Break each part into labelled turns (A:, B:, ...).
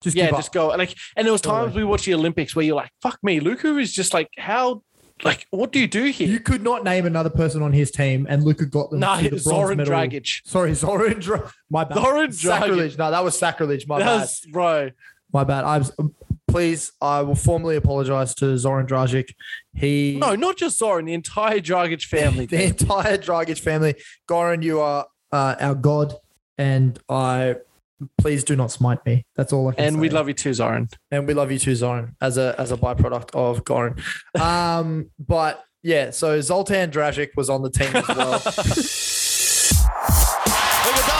A: Just
B: yeah,
A: give
B: just
A: up.
B: go. Like, and there was
A: Totally.
B: times we watched the Olympics where you're like, "Fuck me, Luku is just like, how, like, what do you do here?"
A: You could not name another person on his team, and Luca got them.
B: nah,
A: to the bronze
B: Zoran
A: medal.
B: Dragic.
A: Sorry, Zoran. Dra- my bad.
B: Zoran Dragic.
A: sacrilege. No, that was sacrilege. My bad.
B: That's bro.
A: My bad. I'm. Please, I will formally apologize to Zoran Dragic. He
B: No, not just Zoran. The entire Dragic family.
A: the entire Dragic family. Goran, you are uh, our god, and I. Please do not smite me. That's all I can say.
B: and we love you too, Zoran.
A: and we love you too, Zoran, as a as a byproduct of Goran. Um, but yeah, so Zoltan Dragic was on the team as well.
C: Iguodala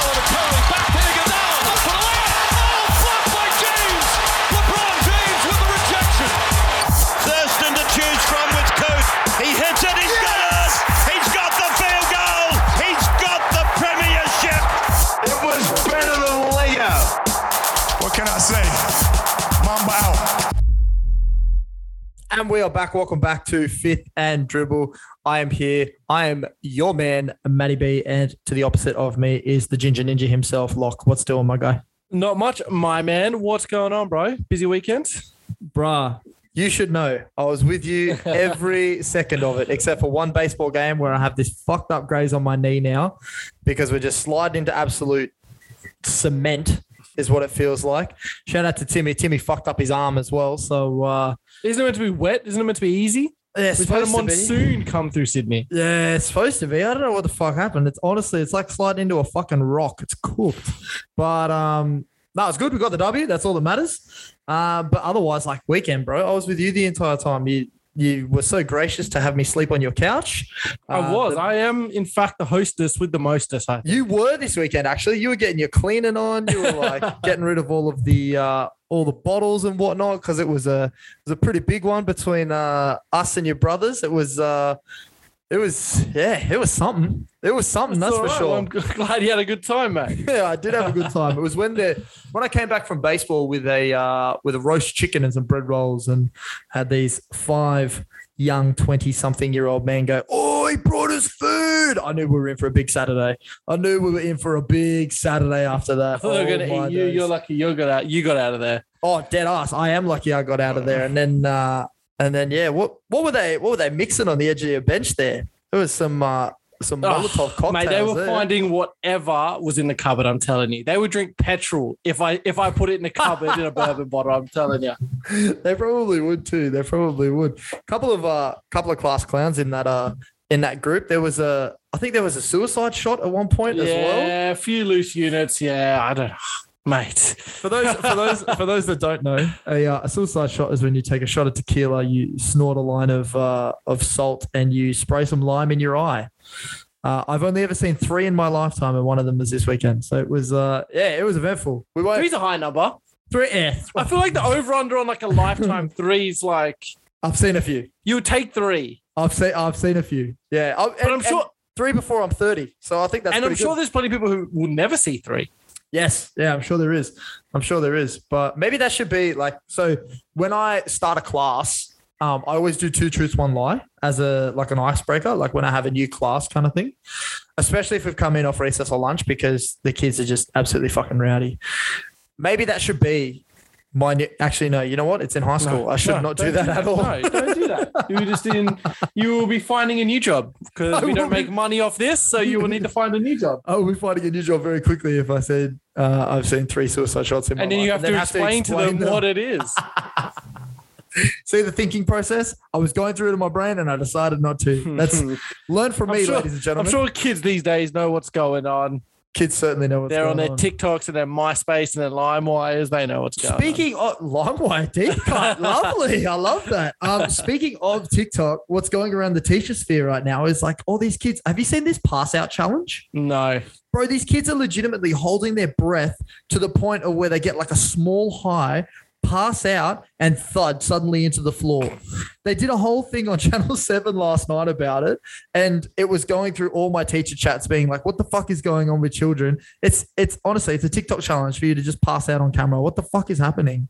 C: to Curry, back to Iguodala, up for the layup. Oh, blocked by James. LeBron James with the rejection. Thurston to choose from, which coach? He hits it. He's got it. He's got the field goal. He's got the premiership.
D: It was better than layout.
E: What can I say? Mamba out.
A: And we are back. Welcome back to Fifth and Dribble. I am here. I am your man, Matty B. And to the opposite of me is the Ginger Ninja himself, Locke. What's doing, my guy?
B: Not much, my man. What's going on, bro? Busy weekend.
A: Bruh. You should know. I was with you every second of it, except for one baseball game where I have this fucked up graze on my knee now because we're just sliding into absolute cement, is what it feels like. Shout out to Timmy. Timmy fucked up his arm as well. So, uh,
B: Isn't it meant to be wet? Isn't it meant to be easy?
A: yeah, it's
B: We've had a
A: supposed to be.
B: monsoon come through Sydney.
A: Yeah, it's supposed to be. I don't know what the fuck happened. It's honestly, it's like sliding into a fucking rock. It's cooked. But um, no, it's good. We got the W. That's all that matters. Uh, but otherwise, like weekend, bro, I was with you the entire time. You you were so gracious to have me sleep on your couch.
B: I
A: Uh,
B: was.
A: the-
B: I am, in fact, the hostess with the mostest. I
A: you were this weekend actually. You were getting your cleaning on. You were like getting rid of all of the uh, all the bottles and whatnot because it was a it was a pretty big one between uh, us and your brothers. It was uh, it was yeah, it was something. It was something that's
B: It's all
A: for
B: right.
A: sure.
B: Well, I'm g- glad you had a good time, mate.
A: yeah, I did have a good time. It was when the when I came back from baseball with a uh, with a roast chicken and some bread rolls and had these five young 20 something year old men go, Oh, he brought us food. I knew we were in for a big Saturday. I knew we were in for a big Saturday after that.
B: I thought they were going
A: Oh,
B: to
A: my
B: eat you.
A: days.
B: You're lucky. You got out. You got out of there.
A: Oh, dead ass. I am lucky I got out of there. And then uh and then yeah, what what were they what were they mixing on the edge of your bench there? There was some uh some Molotov
B: Oh,
A: cocktails. eh?
B: mate, they were
A: there.
B: finding whatever was in the cupboard. I'm telling you, they would drink petrol if I if I put it in a cupboard in a bourbon bottle. I'm telling you.
A: they probably would too. They probably would. Couple of uh, couple of class clowns in that uh, in that group. There was a, I think there was a suicide shot at one point
B: Yeah,
A: as well.
B: a few loose units. Yeah, I don't, know. mate.
A: For those, for those, for those that don't know, a, uh, a suicide shot is when you take a shot of tequila, you snort a line of uh, of salt, and you spray some lime in your eye. Uh, I've only ever seen three in my lifetime, and one of them was this weekend. So it was, uh, yeah, it was eventful. We won't
B: Three's a high number.
A: three. Yeah, th-
B: I feel like the over under on like a lifetime three's like
A: I've seen a few.
B: you would take three,
A: I've seen, I've seen a few. Yeah, I,
B: but I'm sure,
A: three before I'm thirty. So I think that's
B: and I'm
A: pretty
B: sure
A: good.
B: there's plenty of people who will never see three.
A: Yes, yeah, I'm sure there is. I'm sure there is. But maybe that should be like so when I start a class, um, I always do two truths, one lie as a like an icebreaker, like when I have a new class kind of thing. Especially if we've come in off recess or lunch because the kids are just absolutely fucking rowdy. Maybe that should be my new, actually no, you know what? It's in high school. I should
B: No,
A: not do
B: don't
A: that at all.
B: No, don't do that. You were just in. You will be finding a new job because
A: I
B: we
A: will
B: don't
A: be-
B: make money off this, so you will need to find a new job.
A: I will be finding a new job very quickly if I said uh, I've seen three suicide shots in my
B: And then
A: life.
B: you have, to, explain to them,
A: them.
B: what it is.
A: See the thinking process? I was going through it in my brain and I decided not to. That's learn from
B: Hmm. I'm
A: me,
B: sure-
A: ladies and
B: I'm
A: gentlemen.
B: sure kids these days know what's going on.
A: Kids certainly know what's
B: They're on
A: going
B: their TikToks and their MySpace and their LimeWires. They know what's going
A: Speaking of LimeWire deep cut, lovely. I love that. Um, speaking of TikTok, what's going around the teacher sphere right now is like all these kids. Have you seen this pass out challenge?
B: on. No.
A: Bro, these kids are legitimately holding their breath to the point of where they get like a small high, pass out, and thud suddenly into the floor. They did a whole thing on Channel 7 last night about it. And it was going through all my teacher chats being like, what the fuck is going on with children? It's it's honestly, it's a TikTok challenge for you to just pass out on camera. What the fuck is happening?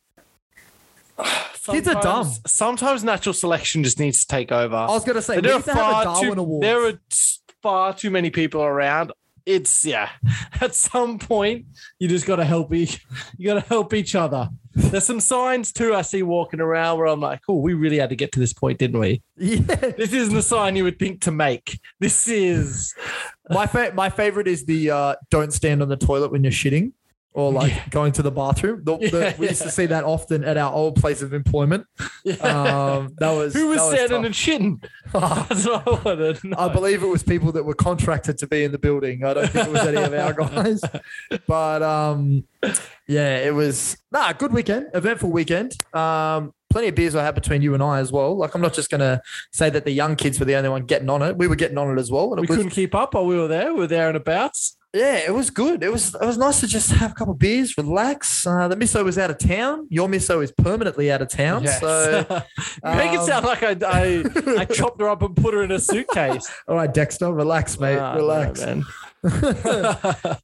A: Kids are
B: Sometimes-
A: dumb. Oh,
B: Sometimes natural selection just needs to take over.
A: I was gonna say,
B: But
A: we
B: there are
A: used to have a
B: far
A: Darwin
B: too
A: Award.
B: there are s- far too many people around. it's yeah. At some point, you just gotta help each you gotta help each other. There's some signs too I see walking around where I'm like, oh, we really had to get to this point, didn't we?
A: Yeah.
B: This isn't a sign you would think to make. This is
A: My fa- my favorite is the uh, don't stand on the toilet when you're shitting or like going to the bathroom. The- the-
B: Yeah,
A: we used to see that often at our old place of employment. Um, that was
B: who was
A: that
B: standing
A: tough.
B: and shitting. That's what I wanted. to
A: I
B: know.
A: believe it was people that were contracted to be in the building. I don't think it was any of our guys. But um, yeah, it was nah, good weekend, eventful weekend. Um, plenty of beers I had between you and I as well. Like I'm not just gonna say that the young kids were the only one getting on it. We were getting on it as well. And
B: we
A: it was,
B: couldn't keep up while we were there. We were there and abouts.
A: yeah, it was good. It was it was nice to just have a couple of beers, relax. Uh, the misso was out of town. Your misso is permanently out of town. So
B: You make it
A: um,
B: sound like I, I I chopped her up and put her in a suitcase.
A: all right, Dexter, relax, mate.
B: Ah, no,
A: relax.
B: man.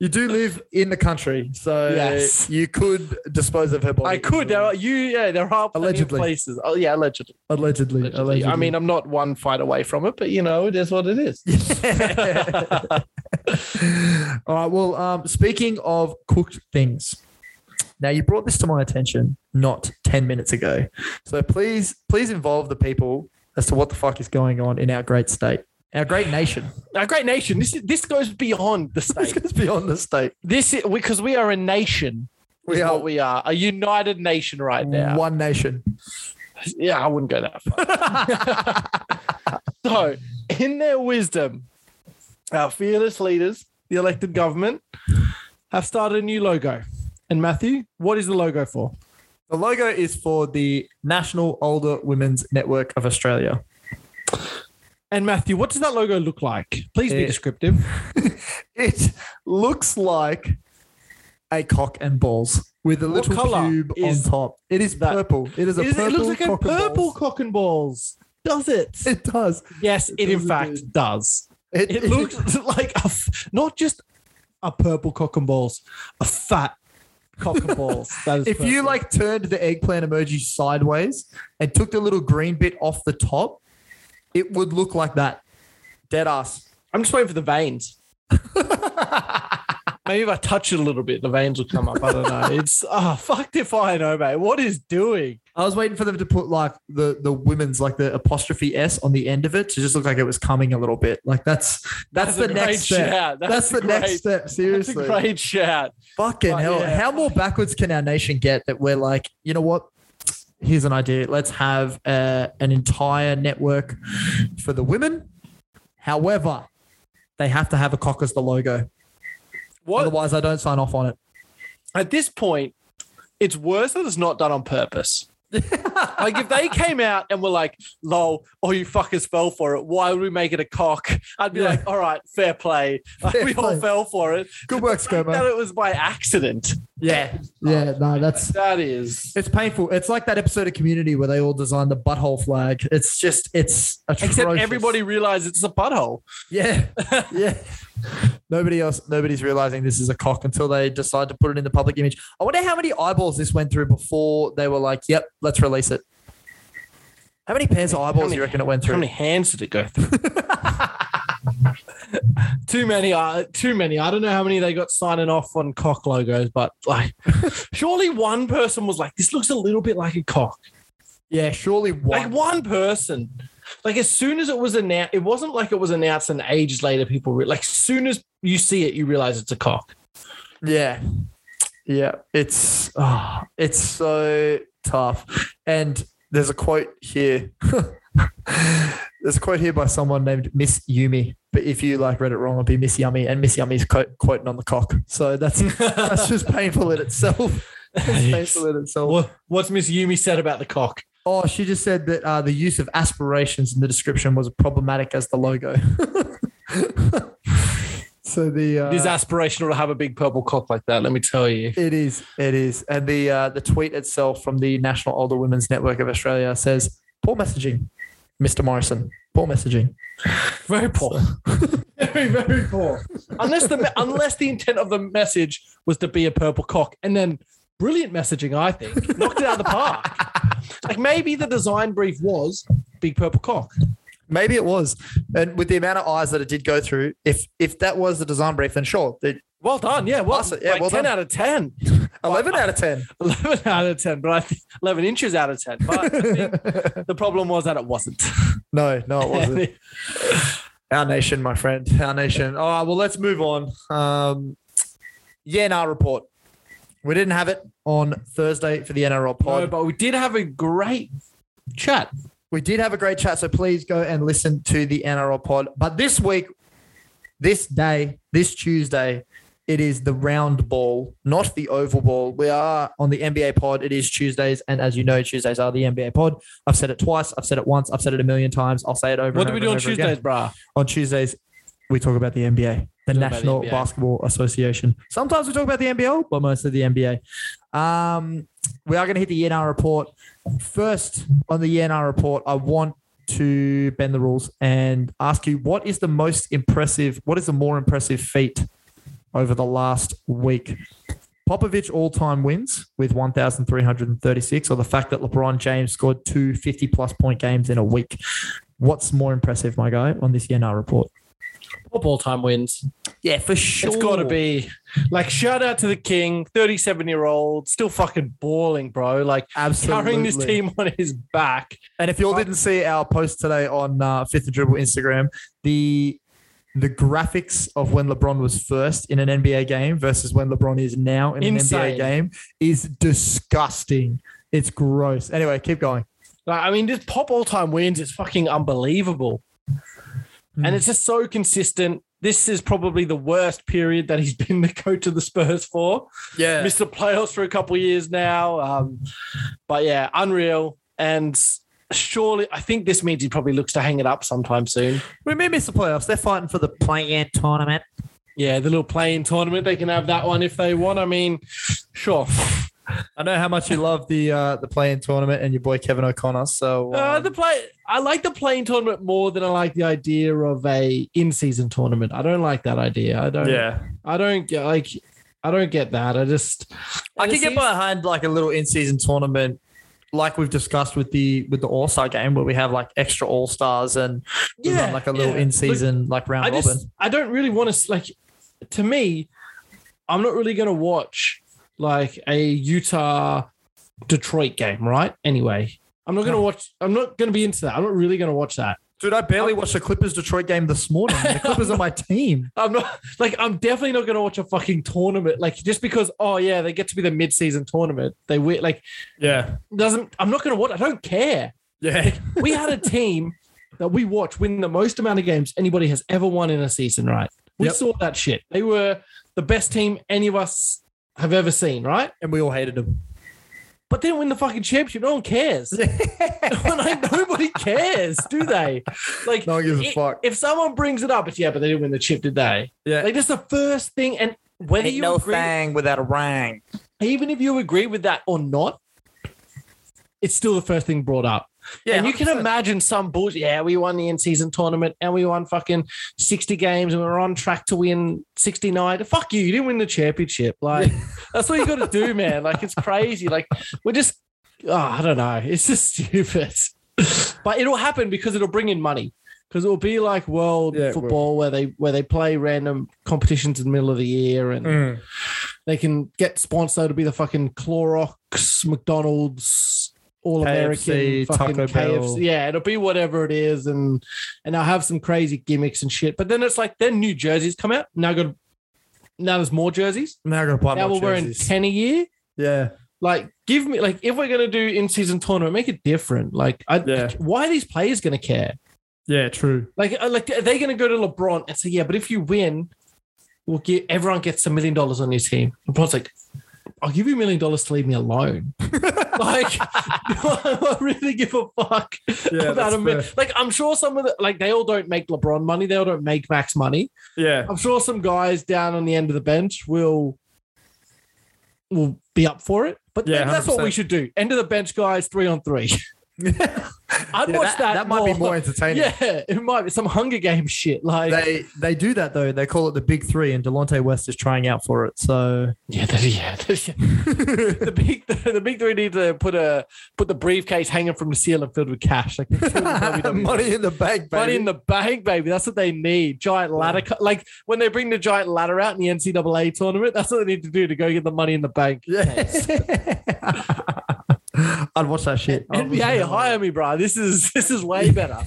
A: You do live in the country, so
B: Yes.
A: you could dispose of her body.
B: I could. uh, There are you. Yeah, there are plenty of
A: Allegedly.
B: places. Oh yeah, allegedly.
A: allegedly, allegedly.
B: allegedly. I mean, I'm not one fight away from it, but you know, it is what it is.
A: all right. Well, um, speaking of cooked things, now you brought this to my attention not ten minutes ago, so please, please involve the people as to what the fuck is going on in our great state, our great nation.
B: Our great nation. This is, this goes beyond the
A: This
B: state.
A: goes beyond the state.
B: this is because we are a nation.
A: We
B: is
A: are
B: what we are a united nation right now.
A: one nation.
B: Yeah, I wouldn't go that far. so, in their wisdom, our fearless leaders, the elected government, have started a new logo. And Matthew, what is the logo for?
A: The logo is for the National Older Women's Network of Australia.
B: And Matthew, what does that logo look like? Please be
A: It-
B: descriptive.
A: It looks like a cock and balls with a
B: What
A: little
B: colour
A: cube on
B: is
A: top. It is
B: that?
A: purple. It is a
B: Is it-
A: purple.
B: it looks like a
A: cock and
B: purple
A: balls.
B: cock and balls. Does it?
A: It does.
B: Yes, it, in
A: does
B: fact does.
A: It,
B: It looks like a f- not just a purple cock and balls, a fat cock and balls. That is
A: If you
B: purple.
A: like turned the eggplant emoji sideways and took the little green bit off the top, it would look like that. Dead ass.
B: I'm just waiting for the veins. Maybe if I touch it a little bit, the veins will come up. I don't know. It's ah, fucked if I know, mate. What is doing?
A: I was waiting for them to put like the the women's like the apostrophe s on the end of it to just look like it was coming a little bit. Like that's that's,
B: That's a
A: the
B: great
A: next step.
B: shout. That's
A: That's,
B: a
A: the next
B: great-
A: step.
B: It's
A: Seriously,
B: a great shout.
A: fucking
B: Oh,
A: hell.
B: yeah.
A: How more backwards can our nation get that we're like, you know what? Here's an idea. Let's have uh, an entire network for the women. However, they have to have a cock as the logo.
B: What
A: Otherwise, I don't sign off on it.
B: at this point, it's worse that it's not done on purpose. like if they came out and were like, "Lol, all you fuckers fell for it. Why would we make it a cock?" I'd be
A: Yeah.
B: like, "All right, fair play. Like,
A: Fair
B: we
A: play.
B: all fell for it."
A: Good work,
B: The fact That
A: Scomo.
B: it was by accident.
A: Yeah. Yeah. No, that's.
B: That is
A: It's painful. It's like that episode of Community where they all designed the butthole flag. It's just, it's atrocious.
B: except everybody realized it's a butthole.
A: Yeah, yeah. Nobody else, nobody's realizing this is a cock until they decide to put it in the public image. I wonder how many eyeballs this went through before they were like, "Yep, let's release it." How many pairs of eyeballs do you reckon it went
B: How
A: through?
B: many hands did it go through? too many. Uh, too many. I don't know how many they got signing off on cock logos, but like, surely one person was like, "This looks a little bit like a cock."
A: Yeah, surely one.
B: Like one person. Like as soon as it was announced, it wasn't like it was announced and ages later people re- like. As soon as you see it, you realize it's a cock.
A: Yeah, yeah. It's
B: Oh.
A: ah, it's so tough. And there's a quote here. there's a quote here by someone named Miss Yumi. But if you like read it wrong, it'd be Miss Yummy, and Miss Yummy's quote, quoting on the cock. So that's that's just painful in itself. It's painful in itself.
B: What, what's Miss Yumi said about the cock?
A: Oh, she just said that uh, the use of aspirations in the description was problematic as the logo. so the uh,
B: It is aspirational to have a big purple cock like that. Let me tell you.
A: It is. It is. And the uh, the tweet itself from the National Older Women's Network of Australia says, "Poor messaging, Mr. Morrison. Poor messaging."
B: Very poor. very, very poor. unless the unless the intent of the message was to be a purple cock, and then brilliant messaging, I think, knocked it out of the park. Like maybe the design brief was big purple cock.
A: Maybe it was. And with the amount of eyes that it did go through, if if that was the design brief, then sure. the-
B: Well done. Yeah. Well,
A: Awesome. Yeah,
B: like
A: well
B: 10
A: done.
B: out of 10.
A: 11 out of 10.
B: 11 out of 10, but I think 11 inches out of 10. But I think the problem was that it wasn't.
A: No, no, it wasn't. Our nation, my friend. Our nation. All right, well, let's move on. Um, yeah, nah, report. We didn't have it on Thursday for the NRL pod.
B: no, but we did have a great chat.
A: we did have a great chat, so please go and listen to the NRL pod. But this week, this day, this Tuesday, it is the round ball, not the oval ball. We are on the NBA pod. It is Tuesdays, and as you know, Tuesdays are the NBA pod. I've said it twice. I've said it once. I've said it a million times. I'll say it over. and
B: What do we
A: over
B: do on
A: and over again.
B: Tuesdays, brah?
A: On Tuesdays, we talk about the NBA, the
B: about the
A: National
B: NBA.
A: Basketball Association. Sometimes we talk about the NBL, but mostly the NBA. Um, we are going to hit the ENR report. First, on the ENR report, I want to bend the rules and ask you what is the most impressive, what is the more impressive feat over the last week? Popovich all time wins with 1,336, or the fact that LeBron James scored two 50 plus point games in a week. What's more impressive, my guy, on this ENR report?
B: All time wins.
A: Yeah, for sure.
B: It's got to be like shout out to the king, 37 year old, still fucking balling, bro. Like
A: Absolutely.
B: carrying this team on his back.
A: And if y'all didn't see our post today on uh, Fifth and Dribble Instagram, the the graphics of when LeBron was first in an NBA game versus when LeBron is now in
B: Insane.
A: an NBA game is disgusting. It's gross. Anyway, keep going.
B: Like, I mean, this pop all time wins is fucking unbelievable.
A: Hmm.
B: And it's just so consistent. This is probably the worst period that he's been the coach of the Spurs for.
A: Yeah.
B: Missed the playoffs for a couple of years now. Um, but yeah, unreal. And surely, I think this means he probably looks to hang it up sometime soon.
A: We may miss the playoffs. They're fighting for the play-in tournament.
B: Yeah, the little playing tournament, they can have that one if they want. I mean, sure.
A: I know how much you love the uh, the play-in tournament and your boy Kevin O'Connor. So
B: Uh,
A: um,
B: the play, I like the playing tournament more than I like the idea of a in-season tournament. I don't like that idea.
A: um,
B: I don't. I don't get like. I don't get that. I just.
A: I
B: and
A: can
B: it
A: get
B: seems-
A: behind like a little in-season tournament, like we've discussed with the with the All Star game, where we have like extra All Stars and we
B: Yeah,
A: run like a little
B: yeah.
A: in-season like round
B: I
A: robin.
B: just. I don't really want to like. To me, I'm not really going to watch like a Utah, Detroit game. Right. Anyway, I'm not going to watch. I'm not going to be into that. I'm not really going to watch that.
A: Dude, I barely watched the Clippers Detroit game this morning. The Clippers are my team.
B: I'm not like I'm definitely not going to watch a fucking tournament like just because oh yeah they get to be the mid-season tournament they win like
A: Yeah,
B: doesn't I'm not going to watch I don't care
A: yeah.
B: we had a team that we watched win the most amount of games anybody has ever won in a season right we
A: Yep.
B: saw that shit they were the best team any of us have ever seen right
A: And we all hated them.
B: but they didn't win the fucking championship no one cares like nobody cares do they like
A: No one gives a
B: i-
A: fuck.
B: if someone brings it up it's yeah but they didn't win the chip did they
A: Yeah.
B: like that's the first thing and whether you agree
A: without a rang.
B: even if you agree with that or not, it's still the first thing brought up.
A: Yeah,
B: and you can imagine some bullshit. Yeah, we won the in-season tournament and we won fucking 60 games and we are on track to win 69. Fuck you, you didn't win the championship. Like that's what you gotta do, man. Like it's crazy. Like we're just oh, I don't know. It's just stupid. but it'll happen because it'll bring in money. Because it'll be like world
A: Yeah, it will.
B: football where they where they play random competitions in the middle of the year
A: Mm.
B: and they can get sponsor to be the fucking Clorox, McDonald's, All American,
A: KFC,
B: fucking
A: Taco
B: KFC.
A: Bell.
B: Yeah, it'll be whatever it is, and and they'll have some crazy gimmicks and shit. But then it's like then new jerseys come out. Now got now there's more jerseys.
A: Now we're gonna buy
B: now
A: more
B: we're wearing
A: jerseys.
B: ten a year.
A: Yeah,
B: Like, give me like if we're gonna do in season tournament, make it different. Like, I,
A: Yeah.
B: why are these players gonna care?
A: yeah, true.
B: Like, uh, like are they going to go to LeBron and say, "Yeah, but if you win, we'll get everyone gets a million dollars on your team." LeBron's like, "I'll give you a million dollars to leave me alone." like, do I really give a fuck
A: Yeah,
B: about a million? Like, I'm sure some of the like they all don't make LeBron money. They all don't make Max money.
A: yeah,
B: I'm sure some guys down on the end of the bench will will be up for it. But
A: Yeah,
B: then that's what we
A: 100%.
B: should do. End of the bench guys, three on three. I'd
A: Yeah, that-
B: watch that.
A: that might be more entertaining.
B: Yeah, it might be some Hunger Game shit. Like,
A: They they do that though. They call it the big three, and Delonte West is trying out for it. So
B: yeah, that- yeah, that- yeah. the big, the, big three need to put a put the briefcase hanging from the ceiling filled with cash. Like, that's what the WWE
A: E. money in the bank,
B: Money in the bank, baby. That's what they need. Giant ladder. co- Like when they bring the giant ladder out in the NCAA tournament, that's what they need to do to go get the money in the bank.
A: Yeah. I'd watch that shit. I'd watch
B: NBA,
A: that.
B: hire me, bro. This is this is way better.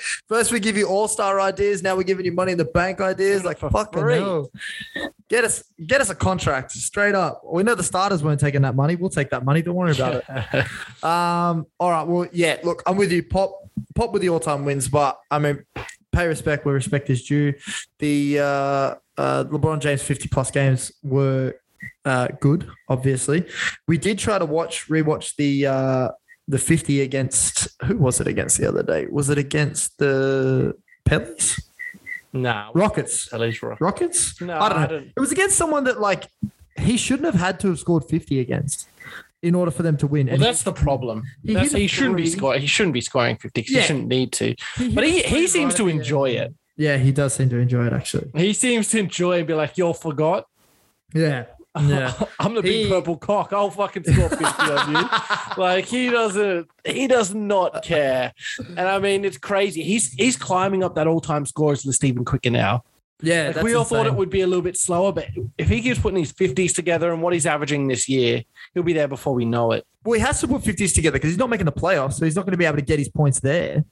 A: First, we give you all star ideas. Now we're giving you money in the bank ideas. Like fucking
B: free.
A: hell. Get us, get us a contract straight up. We know the starters weren't taking that money. We'll take that money. Don't worry about it. Um. All right. Well, yeah. Look, I'm with you. Pop, pop with the all time wins, but I mean, pay respect where respect is due. The uh, uh, LeBron James 50 plus games were uh, good. Obviously, we did try to watch rewatch the. Uh, the 50 against who was it against the other day? Was it against the Pellies?
B: nah,
A: Rockets.
B: at least rock.
A: Rockets?
B: No,
A: I don't know.
B: I don't-
A: It was against someone that like he shouldn't have had to have scored 50 against in order for them to win.
B: Well, that's the problem.
A: He
B: That's-
A: hit a
B: He, shouldn't be
A: three.
B: scoring. He shouldn't be scoring fifty. 'cause
A: Yeah.
B: He shouldn't need to.
A: hit
B: But
A: a
B: he,
A: three
B: he seems
A: right
B: to
A: at the
B: enjoy
A: end.
B: it.
A: yeah, he does seem to enjoy it actually.
B: He seems to enjoy and be like, "Yo, forgot.
A: Yeah. Yeah.
B: I'm the big
A: He-
B: purple cock. I'll fucking score fifty on you." Like he doesn't. He does not care. And I mean, it's crazy. He's he's climbing up that all-time scorers list even quicker now.
A: yeah.
B: Like,
A: that's
B: we all thought it
A: insane.
B: would be a little bit slower, but if he keeps putting his fifties together and what he's averaging this year, he'll be there before we know it.
A: Well, he has to put 50s together because he's not making the playoffs, so he's not going to be able to get his points there.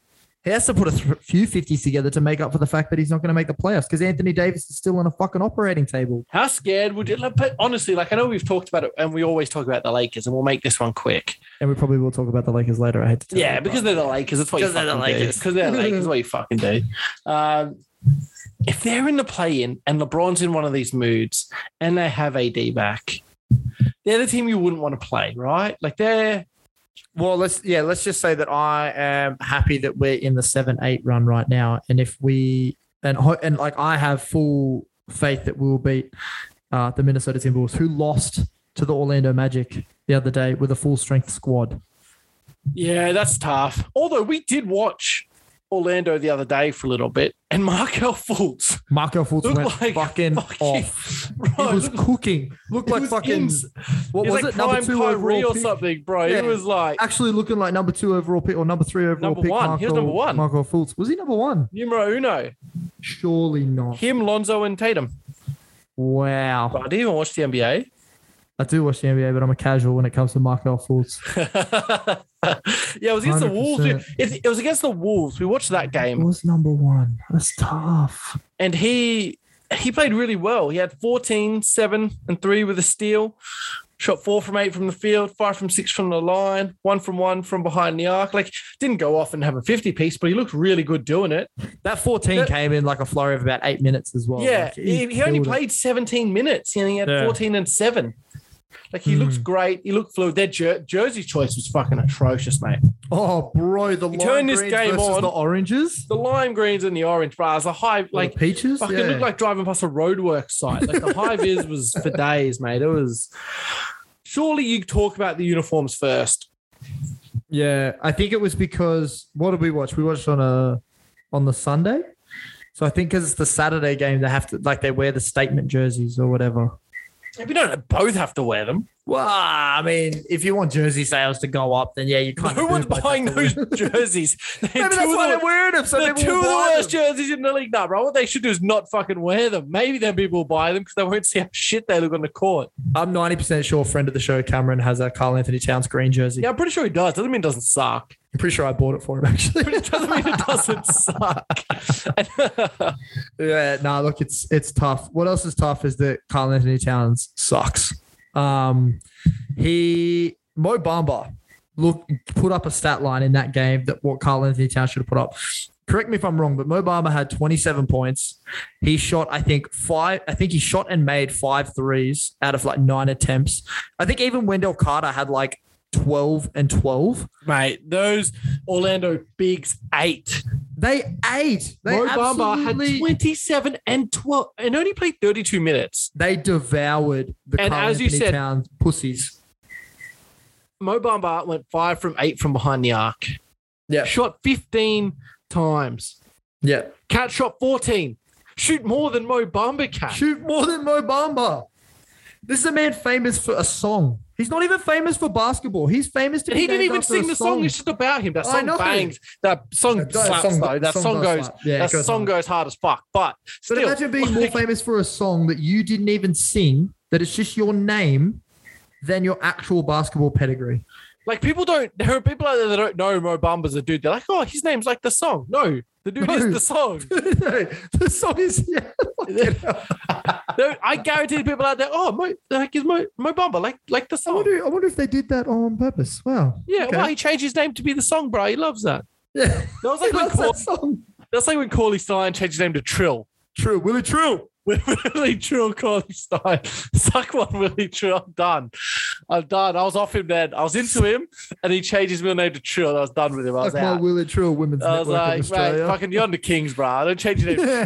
A: He has to put a th- few 50s together to make up for the fact that he's not going to make the playoffs because Anthony Davis is still on a fucking operating table.
B: How scared would you? Like, but honestly, like I know we've talked about it, and we always talk about the Lakers, and we'll make this one quick.
A: And we probably will talk about the Lakers later. I hate to tell
B: Yeah,
A: you, but-
B: because they're the Lakers. That's what you
A: Because they're the
B: fucking
A: Lakers.
B: do. Because they're the Lakers. That's what you fucking do. Um, if they're in the play-in and LeBron's in one of these moods and they have AD back, they're the team you wouldn't want to play, right? Like they're
A: Well, let's yeah, let's just say that I am happy that we're in the seven eight run right now, and if we and ho- and like I have full faith that we will beat uh, the Minnesota Timberwolves, who lost to the Orlando Magic the other day with a full strength squad.
B: yeah, that's tough. Although we did watch Orlando the other day for a little bit, and Markel Fultz
A: Marco Fultz
B: looked
A: went
B: like
A: fucking, off.
B: Bro,
A: he was
B: looked-
A: cooking. Looked
B: he
A: like
B: was
A: fucking.
B: ins-
A: What
B: he
A: was
B: was like
A: it? Number
B: prime
A: two
B: Kyrie
A: overall
B: or
A: pick.
B: something, bro.
A: Yeah.
B: He was like
A: Actually, looking like number two overall pick or number three overall
B: Number
A: pick.
B: one. He was number one.
A: Marco Fultz was he number one?
B: numero uno.
A: Surely not.
B: Him, Lonzo, and Tatum.
A: Wow.
B: Bro, I didn't even watch the NBA.
A: I do watch the NBA, but I'm a casual when it comes to Markel Fultz.
B: yeah, it was against the Wolves. dude. It, it was against the Wolves. We watched that game,
A: was number one. That's tough.
B: and he he played really well. He had 14, 7, and 3 with a steal. Shot four from eight from the field, five from six from the line, one from one from behind the arc. Like, didn't go off and have a 50 piece, but he looked really good doing it.
A: That 14
B: That-
A: came in like a flurry of about eight minutes as well.
B: Yeah,
A: Like,
B: he, he only
A: killed it.
B: played 17 minutes and he had
A: Yeah.
B: 14 and 7. Like, he
A: Hmm.
B: looks great. He looked fluid. Their jer- jersey choice was fucking atrocious, mate.
A: Oh, bro, the lime
B: turned
A: greens
B: this game
A: versus
B: on.
A: the oranges,
B: The lime greens and the orange bars, the high,
A: like
B: like,
A: peaches.
B: fucking
A: yeah.
B: looked like driving past a roadwork site. Like, the high vis was for days, mate. It was. Surely you talk about the uniforms first.
A: yeah, I think it was because what did we watch? We watched on a on the Sunday. So I think because it's the Saturday game, they have to like they wear the statement jerseys or whatever.
B: If you don't both have to wear them,
A: Well, I mean, if you want jersey sales to go up, then yeah, you can't.
B: no one's buying those jerseys. They're
A: Maybe
B: two
A: that's
B: of
A: why
B: the-
A: they're wearing them. So
B: They're
A: people
B: two
A: will
B: of the
A: buy
B: worst
A: them.
B: jerseys in the league. Nah, bro. What they should do is not fucking wear them. Maybe then people will buy them because they won't see how shit they look on the court.
A: I'm 90% sure friend of the show, Cameron, has a Carl Anthony Towns green jersey.
B: Yeah, I'm pretty sure he does. Doesn't mean it doesn't suck.
A: I'm pretty sure I bought it for him, actually.
B: Doesn't mean it doesn't suck.
A: yeah, no, look, it's it's tough. What else is tough is that Carl Anthony Towns sucks. Um, he, Mo Bamba, look, put up a stat line in that game that what Carl Anthony Towns should have put up. Correct me if I'm wrong, but Mo Bamba had 27 points. He shot, I think, five. I think he shot and made five threes out of like nine attempts. I think even Wendell Carter had like 12 and 12.
B: Mate, those Orlando Bigs eight.
A: They ate. They
B: Mo Bamba
A: absolutely.
B: had 27 and 12 and only played 32 minutes.
A: they devoured the
B: And
A: Carl
B: as you
A: Anthony
B: said-
A: Towns pussies.
B: Mo Bamba went five from eight from behind the arc.
A: Yeah.
B: Shot 15 times.
A: Yeah.
B: Cat shot 14. Shoot more than Mo Bamba, Cat.
A: Shoot more than Mo Bamba. This is a man famous for a song. He's not even famous for basketball. He's famous to
B: And
A: be
B: he didn't
A: named
B: even
A: after a
B: sing the song. It's just about him. That
A: I
B: song
A: know.
B: bangs. That song
A: That does-
B: slaps,
A: song-
B: though. That
A: song
B: song,
A: does
B: goes.
A: slap. Yeah, it
B: that
A: goes
B: song
A: hard.
B: goes hard as fuck. But
A: But
B: still,
A: imagine being more
B: like,
A: famous for a song that you didn't even sing, that it's just your name, than your actual basketball pedigree.
B: like, people don't. There are people out there that don't know Mo Bamba's a dude. They're like, oh, his name's like the song. No, the dude
A: No.
B: is the song.
A: the song is yeah.
B: No, I guarantee people out there. Oh, Mo, like is Mo Mo Bamba like like the
A: I
B: song.
A: wonder, I wonder if they did that on purpose. Wow.
B: Yeah,
A: Oh, Okay.
B: well, he changed his name to be the song, bro. He loves that.
A: yeah.
B: That was
A: He
B: like when
A: loves that
B: Cor-
A: song.
B: that's like when Corley Stein changed his name to Trill.
A: True. Willie True.
B: Willie Trill, Corley Stein. Suck one, Willie Trill. I'm done. I'm done. I was off him then. I was into him, and he changed his real name to Trill. And I was done with him. I was
A: Like my
B: out.
A: Willie True Women's
B: I
A: Network
B: was
A: in
B: like, mate,
A: Australia.
B: fucking you're on the Kings, bro. I don't change your name to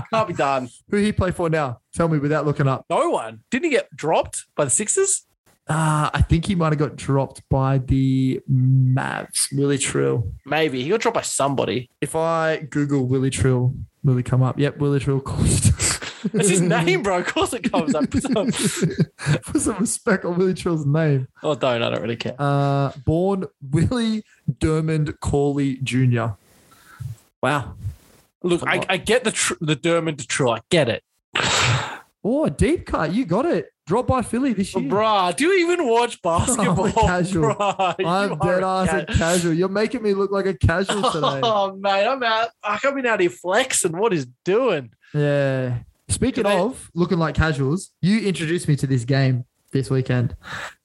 B: Trill. Can't be done.
A: Who he play for now? Tell me without looking up.
B: No one. Didn't he get dropped by the Sixers?
A: Uh, I think he might have got dropped by the Mavs. Willie Trill.
B: Maybe. He got dropped by somebody.
A: If I Google Willie Trill, will he come up? Yep, Willie Trill.
B: That's his name, bro. Of course it comes up.
A: Put some respect on Willie Trill's name.
B: oh, don't. I don't really care.
A: Uh, born Willie Dermond Corley Jr. Wow.
B: Look, I, I get the tr- the Dermond to Trill. I get it.
A: Oh, deep cut. You got it. Dropped by Philly this year.
B: Bruh, do you even watch
A: I'm
B: basketball?
A: a casual.
B: Bruh, You
A: I'm
B: are
A: dead
B: a
A: ass a
B: ca-
A: casual. You're making me look like a casual today.
B: Oh, mate, I'm out. I'm coming out here flexing what he's doing.
A: Yeah. Speaking
B: Can I-
A: of looking like casuals, you introduced me to this game this weekend,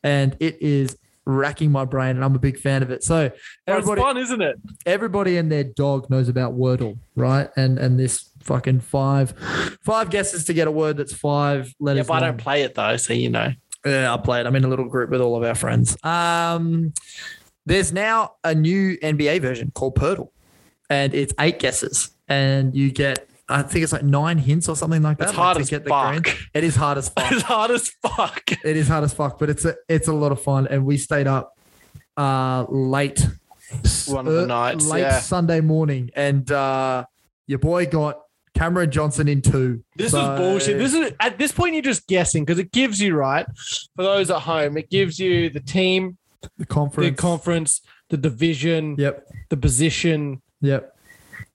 A: and it is racking my brain, and I'm a big fan of it. So
B: Bro,
A: everybody,
B: it's fun, isn't it?
A: everybody and their dog knows about Wordle, right? And and this fucking five, five guesses to get a word that's five
B: Yeah,
A: letters.
B: but I
A: long.
B: don't play it though, so you know.
A: Yeah, I played. I'm in a little group with all of our friends. Um, there's now a new NBA version called Purtle, and it's eight guesses, and you get I think it's like nine hints or something like that.
B: It's
A: like,
B: hard
A: to
B: as
A: get the
B: fuck.
A: green. It is hard as fuck.
B: It's hard as fuck.
A: it is hard as fuck, but it's a it's a lot of fun, and we stayed up uh late er,
B: One of the nights,
A: late
B: yeah.
A: Sunday morning, and uh your boy got Cameron Johnson in two.
B: This
A: So-
B: is bullshit. This is at this point you're just guessing because it gives you right for those at home. It gives you the team,
A: the conference.
B: the conference, the division,
A: Yep,
B: the position,
A: yep.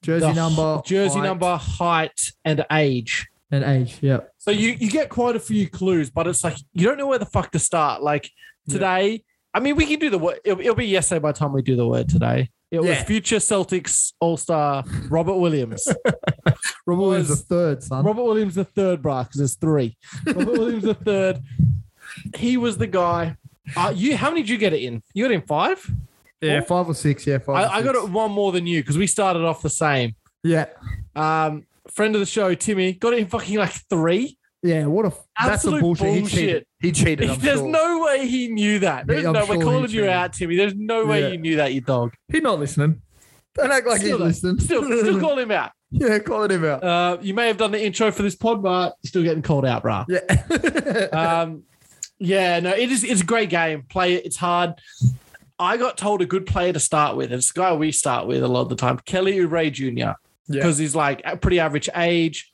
A: Jersey
B: the
A: number,
B: h- jersey
A: height,
B: number, height, and age.
A: and age. Yep.
B: So you you get quite a few clues, but it's like you don't know where the fuck to start. Like
A: Yeah.
B: today, I mean, we can do the word. It'll, it'll be yesterday by the time we do the word today. It was
A: Yeah.
B: future Celtics All Star Robert Williams.
A: Robert Williams the
B: was-
A: third son.
B: Robert Williams the third, bro, because there's three. Robert Williams the third. He was the guy. Uh, you how many did you get it in? You got in five.
A: yeah, five or six. Yeah, five.
B: I,
A: or
B: I got
A: six.
B: it one more than you because we started off the same.
A: Yeah,
B: Um, friend of the show, Timmy, got it in fucking like three.
A: yeah. What a f- that's some
B: Absolute
A: bullshit. He cheated.
B: bullshit.
A: He cheated. I'm
B: There's
A: sure.
B: no way he knew that. There's
A: Yeah, I'm
B: no,
A: sure
B: we're
A: he
B: calling you
A: cheated.
B: out, Timmy. There's no way
A: Yeah.
B: you knew that, you dog.
A: He's not listening. Don't act like
B: Still though.
A: he's listening.
B: Still, still call him out.
A: yeah, calling him out.
B: Uh, you may have done the intro for this pod, but you're still getting called out, brah.
A: yeah.
B: Um, yeah, no, it is. It's a great game. Play it. It's hard. I got told a good player to start with. and It's a guy we start with a lot of the time, Kelly Oubre Jr.
A: Yeah.
B: Because he's like a pretty average age,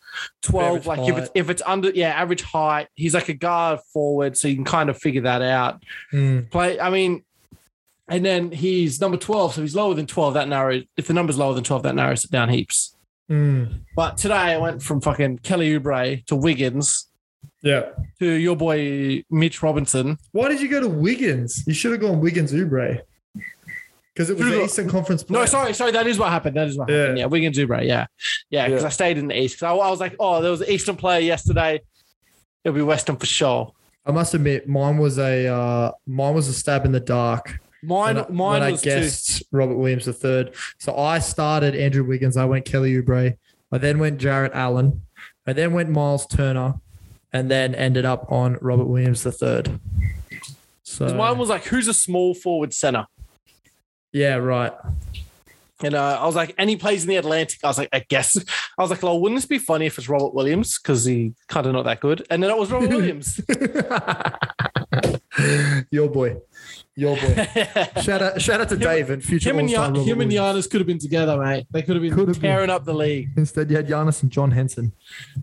A: Average
B: twelve. like if it's
A: height.
B: if it's under yeah average height, he's like a guard forward, so you can kind of figure that out.
A: Mm.
B: Play. I mean, and then he's number twelve, so he's lower than twelve. That narrows. If the number's lower than twelve, that narrows it down heaps.
A: Mm.
B: But today I went from fucking Kelly Oubre to Wiggins
A: Yeah.
B: to your boy Mitch Robinson.
A: Why did you go to Wiggins? You should have gone Wiggins Ubre. Because it
B: Should've gone-
A: Eastern Conference.
B: No,
A: play.
B: sorry, sorry. That is what happened. That is what
A: Yeah.
B: happened. Yeah, Wiggins Zubre. Yeah, yeah. Because I stayed in the East. 'Cause I, I was like, oh, there was an Eastern player yesterday. It'll be Western for sure.
A: I must admit, mine was a uh, mine was a stab in the dark.
B: Mine,
A: when I,
B: mine
A: when I
B: was
A: guessed Robert Williams III. So I started Andrew Wiggins. I went Kelly Oubre. I then went Jarrett Allen. I then went Miles Turner, and then ended up on Robert Williams III. So
B: two. 'cause
A: uh,
B: Mine was like, who's a small forward center?
A: yeah, right.
B: And uh, I was like, and he plays in the Atlantic. I was like, I guess. I was like, well, wouldn't this be funny if it's Robert Williams because he kind of not that good? And then it was Robert Williams.
A: Your boy. Your boy. Shout out, shout out to Dave and future
B: Him and,
A: All-Star
B: Gian-
A: Robert
B: him and
A: Williams.
B: Giannis could have been together, mate. They could have been
A: Could have been.
B: tearing up the league.
A: Instead, you had Giannis and John Henson.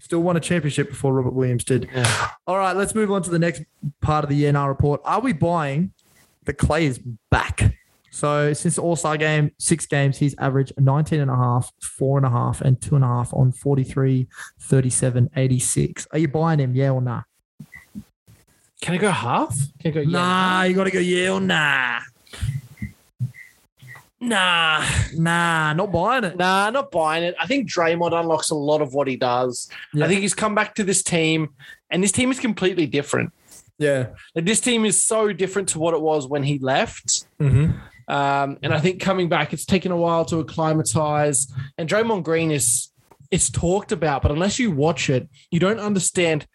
A: Still won a championship before Robert Williams did. All right, let's move on to the next part of the ENR report. Are we buying that Clay is back? So since the All-Star game, six games, he's averaged 19 and a half, four and a half, and two and a half on 43, 37, 86. Are you buying him? Yeah or nah?
B: Can I go half? Can I go?
A: Nah, you got to go yeah or nah.
B: Nah.
A: Nah, not buying it.
B: Nah, not buying it. I think Draymond unlocks a lot of what he does.
A: Yeah.
B: I think he's come back to this team, and this team is completely different.
A: Yeah.
B: Like, This team is so different to what it was when he left.
A: Mm-hmm.
B: Um, and I think coming back, it's taken a while to acclimatize. And Draymond Green is it's talked about, but unless you watch it, you don't understand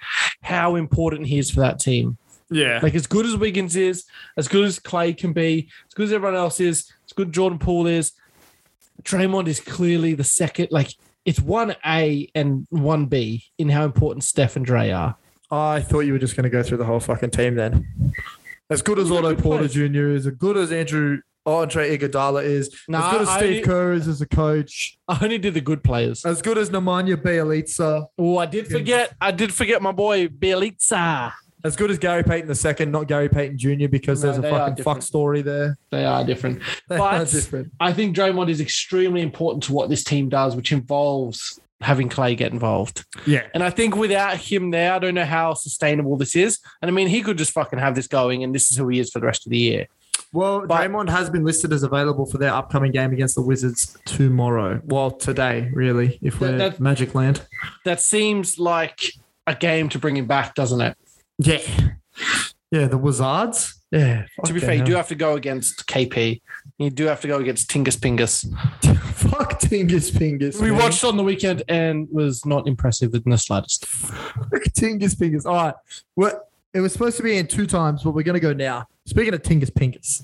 B: how important he is for that team.
A: Yeah.
B: Like as good as Wiggins is, as good as Clay can be, as good as everyone else is, as good as Jordan Poole is, Draymond is clearly the second. Like it's one A and one B in how important Steph and Dre are.
A: I thought you were just going to go through the whole fucking team then. As good as
B: Yeah,
A: Otto
B: good
A: Porter
B: point.
A: Jr. is, as good as Andrew oh, Andre Iguodala is,
B: Nah,
A: as good as
B: I-
A: Steve Kerr is as a coach,
B: I only did the good players.
A: as good as Nemanja Bjelica,
B: Oh, I did forget. I did forget my boy Bielitsa.
A: as good as Gary Payton II, not Gary Payton Jr. because
B: No,
A: there's a
B: they are
A: fucking fuck
B: different.
A: story there.
B: They are different.
A: They are
B: But
A: different.
B: I think Draymond is extremely important to what this team does, which involves having Clay get involved.
A: Yeah.
B: And I think without him there, I don't know how sustainable this is. And I mean, he could just fucking have this going, and this is who he is for the rest of the year.
A: Well,
B: But-
A: Draymond has been listed as available for their upcoming game against the Wizards tomorrow. Well, today, really, if
B: That-
A: we're
B: that-
A: Magic Land.
B: That seems like a game to bring him back, doesn't it?
A: Yeah. Yeah, the Wizards. Yeah.
B: to be
A: fucking
B: fair, you
A: hell.
B: do have to go against KP. You do have to go against Tingus Pingus.
A: Fuck Tingus Pingus.
B: We
A: man.
B: watched on the weekend and was not impressive in the slightest.
A: Tingus Pingus. All right. Well, it was supposed to be in two times, but we're going to go now. Speaking of Tingus Pingus,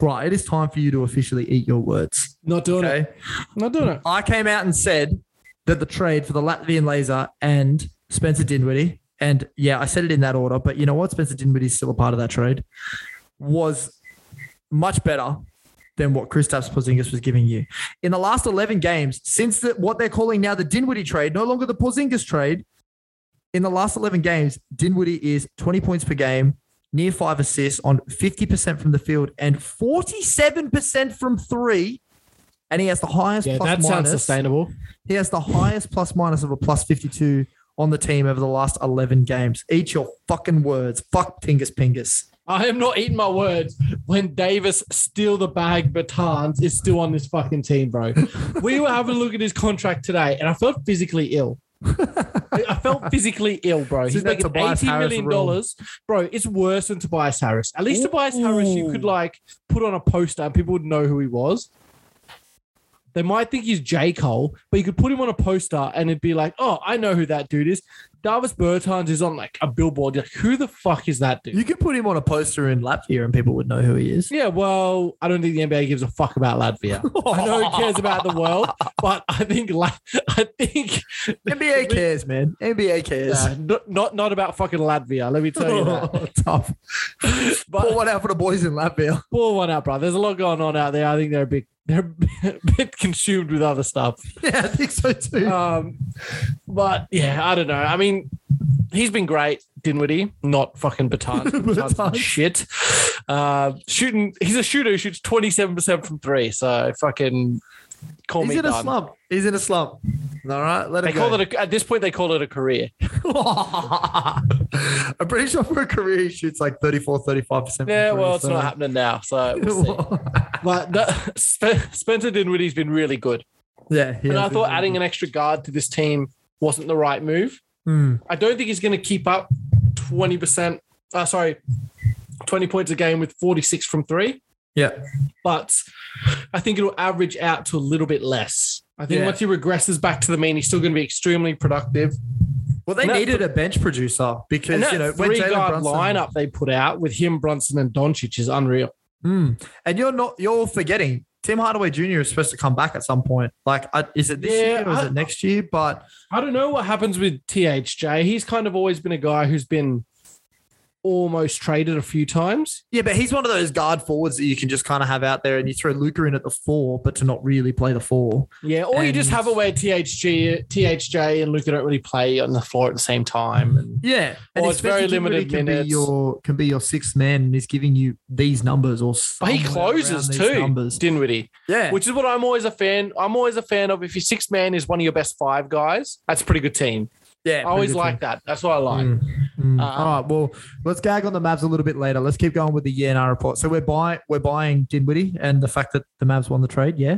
A: right, it is time for you to officially eat your words.
B: Not doing
A: Okay.
B: it. Not doing it.
A: I came out and said that the trade for the Latvian Laser and Spencer Dinwiddie, and yeah, I said it in that order, but you know what? Spencer Dinwiddie is still a part of that trade, was much better than what Kristaps Porzingis was giving you. In the last 11 games, since the, what they're calling now the Dinwiddie trade, no longer the Porzingis trade, in the last 11 games, Dinwiddie is 20 points per game, near five assists on 50% from the field and 47% from three. And he has the highest
B: Yeah,
A: plus
B: that sounds
A: minus.
B: sustainable.
A: He has the highest plus minus of a plus 52 on the team over the last 11 games. Eat your fucking words. Fuck Tingus Pingus.
B: I am not eating my words when Davis steal the bag Batans is still on this fucking team, bro. We were having a look at his contract today, and I felt physically ill. I felt physically ill, bro.
A: See,
B: He's
A: that
B: making
A: Tobias
B: eighty
A: Harris
B: million
A: rule.
B: dollars, bro. It's worse than Tobias Harris. At least Tobias Harris, you could
A: Ooh.
B: like put on a poster and people would know who he was. They might think he's J Cole, but you could put him on a poster and it'd be like, oh, I know who that dude is. Davis Bertans is on like a billboard. You're like, who the fuck is that dude?
A: You could put him on a poster in Latvia and people would know who he is.
B: Yeah, well, I don't think the NBA gives a fuck about Latvia. I know it cares about the world, but I think La- I think
A: NBA cares, man. NBA cares.
B: uh, not, not not about fucking Latvia. Let me tell you that.
A: Tough. But
B: But-
A: what happened to boys in Latvia?
B: Pull one out, bro. There's a lot going on out there. I think they're a bit they're a bit consumed with other stuff.
A: Yeah, I think so too.
B: Um, but yeah, I don't know. I mean, he's been great, Dinwiddie, not fucking Baton. Baton's
A: Baton.
B: shit. Uh, shooting, he's a shooter who shoots 27% from three. So fucking call
A: He's
B: Oh, me
A: in a
B: done.
A: slump. He's in a slump. All right, let
B: They
A: him
B: call
A: go.
B: it a, at this point. They call it a career.
A: I'm pretty sure for a career he shoots like 34, 35 percent.
B: Yeah, well, it's not happening now. So, we'll see. but that, Sp- Spencer Dinwiddie's been really good,
A: yeah,
B: and I thought adding an extra guard to this team wasn't the right move.
A: Hmm,
B: I don't think he's going to keep up twenty percent. Uh, sorry, twenty points a game with forty six from three.
A: Yeah,
B: But I think it'll average out to a little bit less. I think
A: Yeah.
B: once he regresses back to the mean, he's still going to be extremely productive.
A: Well, they
B: And that-
A: needed a bench producer because
B: And that
A: you know when
B: three
A: Jalen
B: guard
A: Brunson
B: lineup they put out with him, Brunson, and Doncic is unreal.
A: Hmm. and you're not you're forgetting Tim Hardaway Jr. is supposed to come back at some point. Like, I, is it this
B: Yeah,
A: year or is
B: I-
A: it next year? But
B: I don't know what happens with THJ. He's kind of always been a guy who's been almost traded a few times.
A: Yeah, but he's one of those guard forwards that you can just kind of have out there and you throw Luca in at the four, but to not really play the four.
B: Yeah, or you just
A: And-
B: have it where THG, THJ, and Luca don't really play on the floor at the same time. And
A: Yeah.
B: Or
A: his
B: it's very
A: physical ability
B: limited
A: can
B: minutes.
A: Be your, can be your sixth man and he's giving you these numbers or
B: but he
A: somewhere around
B: closes
A: these
B: too,
A: Numbers.
B: Dinwiddie,
A: Yeah.
B: which is what I'm always a fan. I'm always a fan of. If your sixth man is one of your best five guys, that's a pretty good team.
A: yeah,
B: I always like that. That's what I like.
A: Mm, mm.
B: Um,
A: All right. Well, let's gag on the Mavs a little bit later. Let's keep going with the YNR report. So we're buying we're buying Dinwiddie and the fact that the Mavs won the trade. Yeah.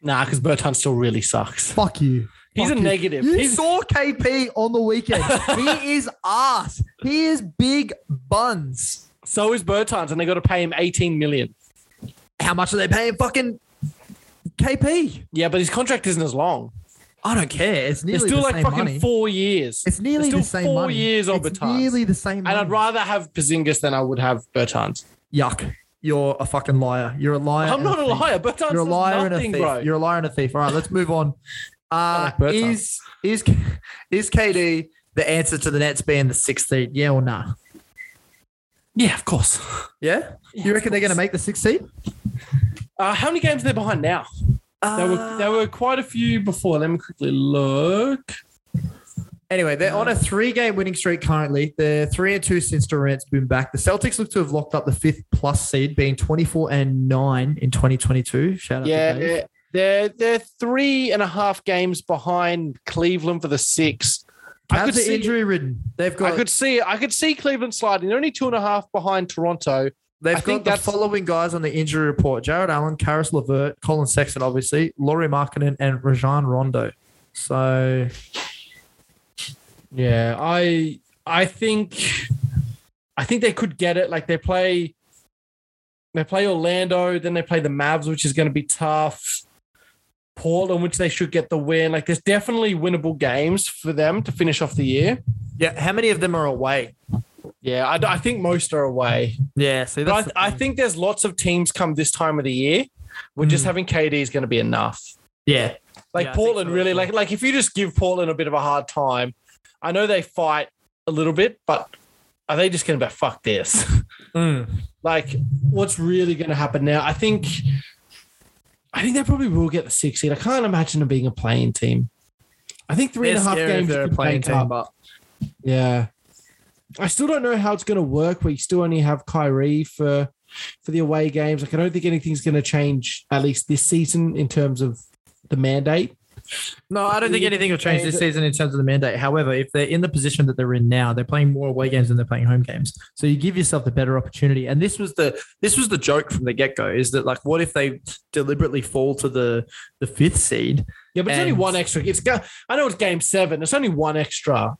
B: Nah, because Bertan still really sucks.
A: Fuck you.
B: He's
A: Fuck
B: a
A: you.
B: negative.
A: You
B: He's-
A: saw KP on the weekend. he is ass. He is big buns.
B: So is Bertans, and they got to pay him 18 million.
A: How much are they paying fucking KP?
B: Yeah, but his contract isn't as long.
A: I don't care. It's nearly
B: It's still
A: the
B: like
A: same
B: fucking
A: money.
B: four years.
A: it's nearly
B: still
A: the same
B: four
A: money.
B: years of
A: it's
B: Bertans.
A: nearly the same.
B: and
A: money.
B: I'd rather have Pazingas than I would have Bertans.
A: Yuck. You're a fucking liar. You're a liar.
B: I'm
A: and
B: not a
A: thief.
B: liar. Bertans
A: You're a
B: does
A: liar and
B: nothing,
A: a thief.
B: bro.
A: You're a liar and a thief. All right, let's move on. Uh,
B: like Bertans.
A: is is is KD the answer to the Nets being the sixth seed? Yeah or nah?
B: yeah, of course.
A: Yeah.
B: Yeah,
A: you
B: of
A: reckon they're going to
B: course.
A: make the sixth seed?
B: Uh, how many games are they behind now? there
A: Uh,
B: were there were quite a few before. Let me quickly look.
A: Anyway, they're on a three-game winning streak currently. They're three and two since Durant's been back. The Celtics look to have locked up the fifth plus seed, being twenty-four and nine in twenty twenty-two. Shout out, to
B: Yeah,
A: Dave.
B: they're, they're they're three and a half games behind Cleveland for the six. I could
A: Cavs are
B: see
A: injury-ridden. They've
B: I
A: got
B: could see I could see Cleveland sliding. They're only two and a half behind Toronto.
A: They've
B: I
A: got
B: think
A: the
B: that's-
A: following guys on the injury report: Jared Allen, Karis LeVert, Colin Sexton, obviously, Laurie Markkinen, and Rajon Rondo. So
B: Yeah, I I think I think they could get it. Like they play they play Orlando, then they play the Mavs, which is going to be tough. Portland, which they should get the win. Like there's definitely winnable games for them to finish off the year.
A: yeah, how many of them are away?
B: Yeah, I, d- I think most are away.
A: Yeah, see,
B: But
A: that's
B: I, I think there's lots of teams come this time of the year. We're just
A: Mm.
B: having KD is going to be enough.
A: yeah,
B: Like
A: Yeah, I think
B: Portland,
A: so as
B: really.
A: well.
B: Like, like if you just give Portland a bit of a hard time, I know they fight a little bit, but are they just going to be like, fuck this?
A: Mm.
B: like, what's really going to happen now? I think, I think they probably will get the six seed. I can't imagine them being a playing team. I think three and a half games you could make up.
A: but
B: Yeah. I still don't know how it's going to work. We still only have Kyrie for for the away games. Like I don't think anything's going to change at least this season in terms of the mandate.
A: no, I don't think anything will change this season in terms of the mandate. However, if they're in the position that they're in now, they're playing more away games than they're playing home games. So you give yourself the better opportunity. And this was the this was the joke from the get go: is that like, what if they deliberately fall to the the fifth seed?
B: Yeah, but it's only
A: And-
B: one extra. It's go- I know it's game seven. It's only one extra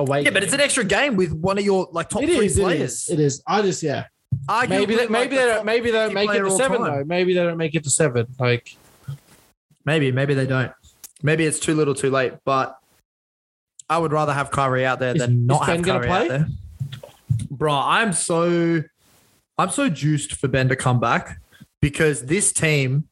B: away.
A: Yeah, but it's an extra game with one of your like top
B: It
A: three
B: is, it
A: players.
B: is. It is. I just yeah.
A: Arguably,
B: Maybe
A: like,
B: that. Maybe
A: the
B: they.
A: top-
B: Don't, maybe they don't
A: 50
B: make it
A: player
B: to
A: all
B: seven
A: time.
B: though. Maybe they don't make it to seven. Like
A: maybe maybe they don't. Maybe it's too little, too late. But I would rather have Kyrie out there
B: Is-
A: than not
B: is
A: have
B: Ben gonna
A: Kyrie out
B: play?
A: there. Bro, I'm so I'm so juiced for Ben to come back because this team,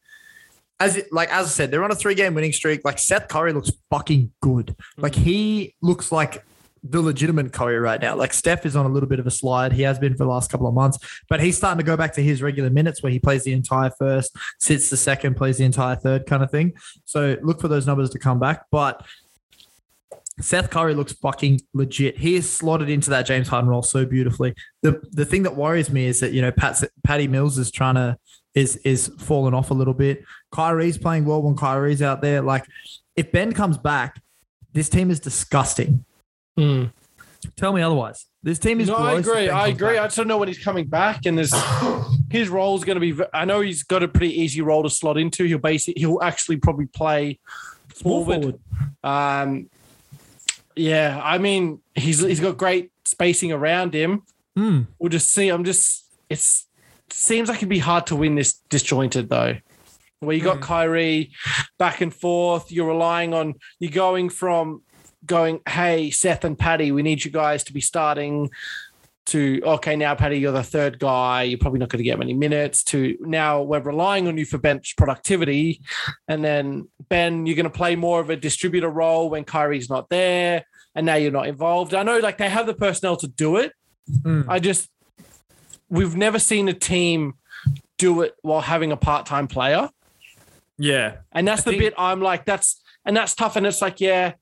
A: as it, like as I said, they're on a three game winning streak. Like Seth Curry looks fucking good. Like he looks like the legitimate Curry right now. Like Steph is on a little bit of a slide. He has been for the last couple of months, but he's starting to go back to his regular minutes where he plays the entire first, sits the second, plays the entire third kind of thing. So look for those numbers to come back. But Seth Curry looks fucking legit. He is slotted into that James Harden role so beautifully. The the thing that worries me is that you know Pat's, Patty Mills is trying to is is falling off a little bit. Kyrie's playing well when Kyrie's out there. Like if Ben comes back, this team is disgusting.
B: Hmm.
A: Tell me otherwise. This team is.
B: No, I
A: gross if
B: agree.
A: Ben
B: I
A: comes
B: agree. I
A: back.
B: just don't know when he's coming back, and there's his role's going to be. v- I know he's got a pretty easy role to slot into. He'll basically he'll actually probably play
A: Small
B: forward. Um, yeah, I mean he's he's got great spacing around him.
A: Hmm.
B: We'll just see. I'm just it's seems like it'd be hard to win this disjointed though. Where you got
A: Hmm.
B: Kyrie back and forth, you're relying on you're going from going, hey, Seth and Patty, we need you guys to be starting to okay, now Patty, you're the third guy, you're probably not going to get many minutes to now we're relying on you for bench productivity. And then Ben, you're going to play more of a distributor role when Kyrie's not there, and now you're not involved. I know like they have the personnel to do it, I just we've never seen a team do it while having a part-time player.
F: Yeah.
B: And that's the
F: think-
B: bit I'm like, that's and that's tough. And it's like, yeah,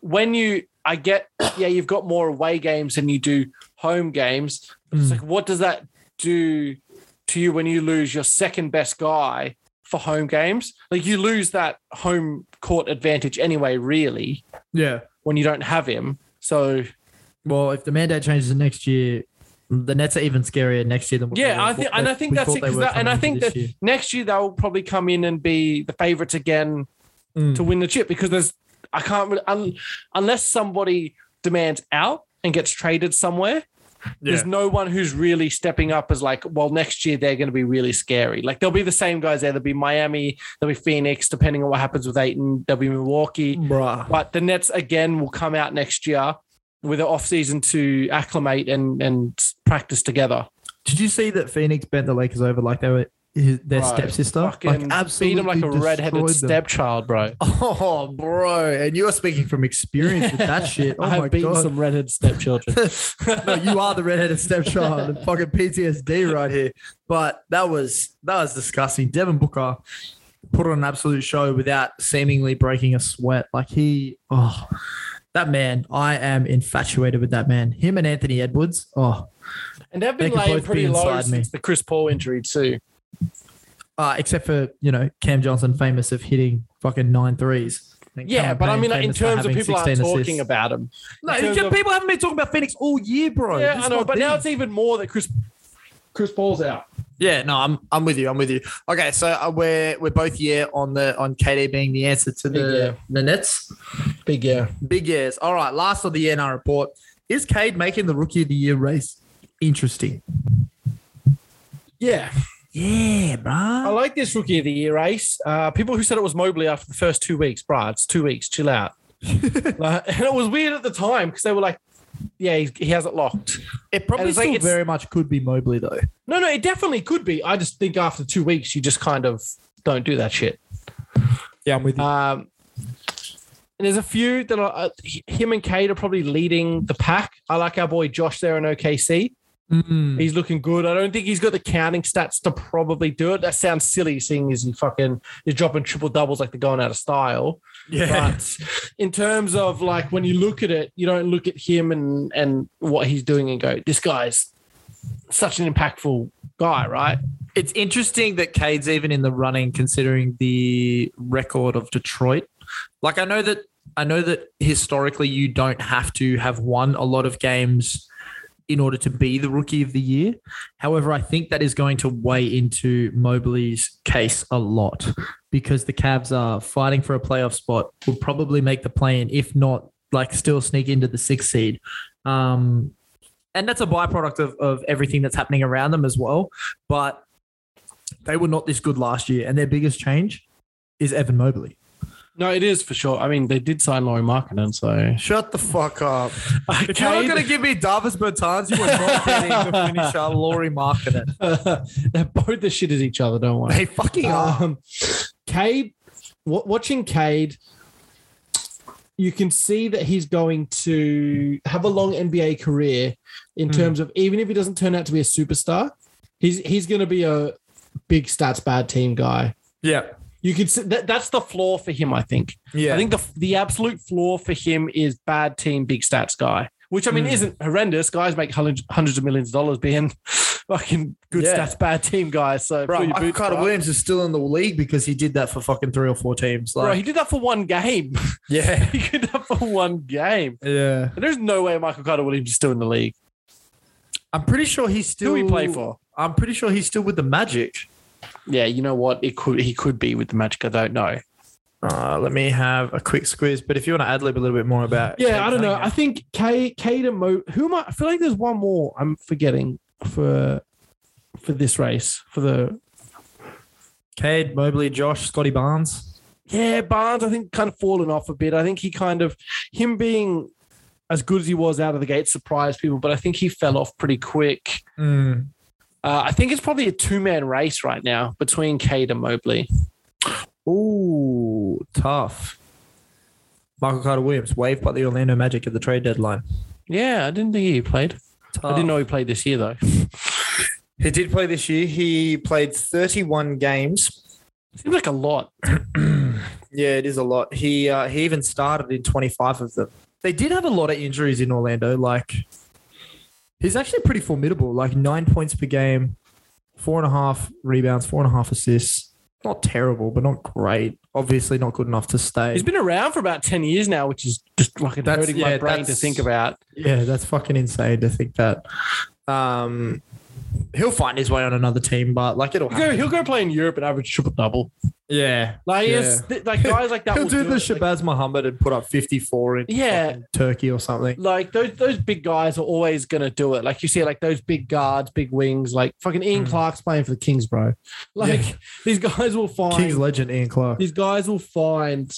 B: when you I get, yeah, you've got more away games than you do home games. But it's like, what does that do to you when you lose your second best guy for home games? Like you lose that home court advantage anyway, really,
A: Yeah.
B: when you don't have him. So
A: Well, if the mandate changes the next year, the Nets are even scarier next year than what they
B: yeah,
A: were-
B: I think
A: what
B: and
A: they-
B: I think
A: we
B: that's
A: thought
B: it.
A: they
B: 'cause
A: were
B: That, and I
A: coming
B: think
A: into
B: that
A: this year.
B: next year they'll probably come in and be the favorites again
A: Mm.
B: to win the chip because there's I can't really un, unless somebody demands out and gets traded somewhere. There's
F: Yeah.
B: no one who's really stepping up as like, well, next year they're going to be really scary. Like they'll be the same guys there. There'll be Miami, there'll be Phoenix, depending on what happens with Aiton. There'll be Milwaukee.
A: Bruh.
B: But the Nets again will come out next year with an off season to acclimate and and practice together.
A: Did you see that Phoenix bent the Lakers over like they were his, their
B: Bro,
A: stepsister?
B: Fucking beat him like a redheaded
A: destroyed them.
B: stepchild, bro.
A: Oh, bro. And you are speaking from experience with that shit. Oh,
B: I
A: my
B: have beaten
A: God.
B: some redheaded stepchildren.
A: no, you are the redheaded stepchild and fucking PTSD right here. But that was that was disgusting. Devin Booker put on an absolute show without seemingly breaking a sweat. Like he, oh, that man. I am infatuated with that man. Him and Anthony Edwards. Oh,
B: and they've
A: They
B: been
A: could
B: laying
A: both be
B: pretty low
A: inside me.
B: since the Chris Paul injury too.
A: uh, except for you know Cam Johnson, famous of hitting fucking nine threes. And
B: Yeah,
A: Cameron
B: but I
A: Payne,
B: mean, like, in
A: famous for
B: terms of
A: having
B: people aren't
A: 16
B: talking
A: assists.
B: about him.
A: No,
B: in
A: it's
B: terms
A: just
B: of-
A: people haven't been talking about Phoenix all year, bro.
B: yeah,
A: This
B: I
A: is
B: know.
A: my
B: But now
A: thing.
B: it's even more that Chris Chris Paul's out.
A: Yeah, no, I'm I'm with you. I'm with you. Okay, so uh, we're we're both yeah on the on KD being the answer to
B: Big yeah.
A: the the Nets.
B: Big yeah.
A: Big yes. All right, last of the year in our report is Cade making the rookie of the year race interesting.
B: Yeah,
A: Yeah,
B: I
A: bro.
B: like this rookie of the year race. Uh, people who said it was Mobley after the first two weeks, bruh, it's two weeks. Chill out. Like, and it was weird at the time because they were like, "Yeah, he, he has it locked."
A: It
B: And
A: probably
B: it's like
A: still
B: it's-
A: very much could be Mobley though.
B: No, no, it definitely could be. I just think after two weeks, you just kind of don't do that shit.
A: Yeah, I'm with
B: Um, and there's a few that are uh, h- him and Cade are probably leading the pack. I like our boy Josh there in OKC.
A: Mm,
B: He's looking good. I don't think he's got the counting stats to probably do it. That sounds silly, seeing as he fucking is dropping triple doubles like they're going out of style.
A: Yeah,
B: But in terms of like when you look at it, you don't look at him and and what he's doing and go, this guy's such an impactful guy, right?
A: it's interesting that Cade's even in the running considering the record of Detroit. Like I know that I know that historically you don't have to have won a lot of games in order to be the rookie of the year. However, I think that is going to weigh into Mobley's case a lot because the Cavs are fighting for a playoff spot, will probably make the play in, if not, like still sneak into the sixth seed. Um, and that's a byproduct of, of everything that's happening around them as well. But they were not this good last year, and their biggest change is Evan Mobley.
B: No, it is for sure. I mean, they did sign Laurie Markkinen, so
A: Shut the fuck up. If you're not
B: Cade-
A: going to give me Davis Bertans, you are not getting the finisher Laurie Markkinen. Uh,
B: They're both as shit as each other. Don't worry.
A: They fucking are.
B: Um, Cade, wa- watching Cade, you can see that he's going to have a long NBA career. In
A: Hmm.
B: terms of even if he doesn't turn out to be a superstar, he's he's going to be a big stats bad team guy.
A: Yeah.
B: You could see that that's the floor for him. I think.
A: Yeah.
B: I think the the absolute floor for him is bad team, big stats guy. Which I mean
A: Hmm.
B: isn't horrendous. Guys make hundreds, hundreds of millions of dollars being fucking good
A: Yeah.
B: stats, bad team guys. So
A: Bro,
B: fill your
A: Michael
B: boots,
A: Carter
B: bro.
A: Williams is still in the league because he did that for fucking three or four teams.
B: Bro, he
A: Like,
B: did that for one game.
A: yeah,
B: he did that for one game.
A: yeah.
B: And there's no way Michael Carter Williams is still in the league.
A: I'm pretty sure he's still.
B: Who he play for?
A: I'm pretty sure he's still with the Magic.
B: Yeah, you know what? It could he could be with the Magic. I don't know.
A: Uh, let me have a quick squeeze. But if you want to ad lib a little bit more about,
B: Yeah, I don't know. I think K K to Mo. Who am I? I feel like there's one more I'm forgetting for for this race for the
A: Cade Mobley, Josh, Scotty Barnes.
B: yeah, Barnes, I think, kind of fallen off a bit. I think he kind of, him being as good as he was out of the gate surprised people, but I think he fell off pretty quick.
A: Hmm.
B: Uh, I think it's probably a two man race right now between Cade and Mobley.
A: Ooh, tough. Michael Carter Williams waived by the Orlando Magic at the trade deadline.
B: Yeah, I didn't think he played. I didn't know he played this year though.
A: He did play this year. He played 31 games.
B: Seems like a lot.
A: Yeah, it is a lot. He uh, he even started in 25 of them. They did have a lot of injuries in Orlando. Like he's actually pretty formidable. Like nine points per game, four and a half rebounds, four and a half assists. Not terrible, but not great. Obviously, not good enough to stay.
B: He's been around for about ten years now, which is just fucking
A: That's-
B: hurting
A: yeah,
B: my brain to
A: that's-
B: think about.
A: Yeah, that's fucking insane to think that. Um, he'll find his way on another team, but like it'll
B: He'll go,
A: happen.
B: he'll go play in Europe and average triple double.
A: yeah,
B: Like
A: Yeah.
B: yes, th- like guys like that.
A: he'll
B: will
A: do, the
B: it. Like-
A: Shabazz Muhammad and put up fifty four in
B: Yeah.
A: fucking Turkey or something.
B: like those those big guys are always gonna do it. Like you see, like those big guards, big wings, like fucking Ian Clark's playing for the Kings, bro. Like
A: Hmm. Yeah.
B: these guys will find
A: Kings legend Ian Clark.
B: these guys will find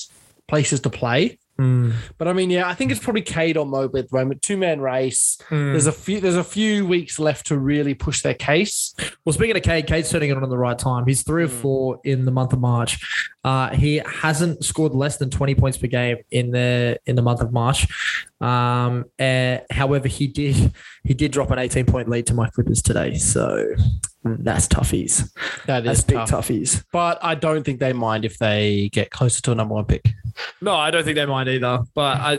B: places to play.
A: Mm.
B: But I mean, yeah, I think it's probably Cade or Mobley at the moment. Two man race.
A: Mm.
B: There's a few there's a few weeks left to really push their case.
A: Well, speaking of Cade, Cade's turning it on at the right time. He's three or four in the month of March. Uh, he hasn't scored less than twenty points per game in the in the month of March. Um, uh, however, he did he did drop an eighteen point lead to my Clippers today, so that's toughies.
B: That
A: That's
B: is
A: big
B: tough.
A: toughies.
B: But I don't think they mind if they get closer to a number one pick.
A: No, I don't think they mind either. But I,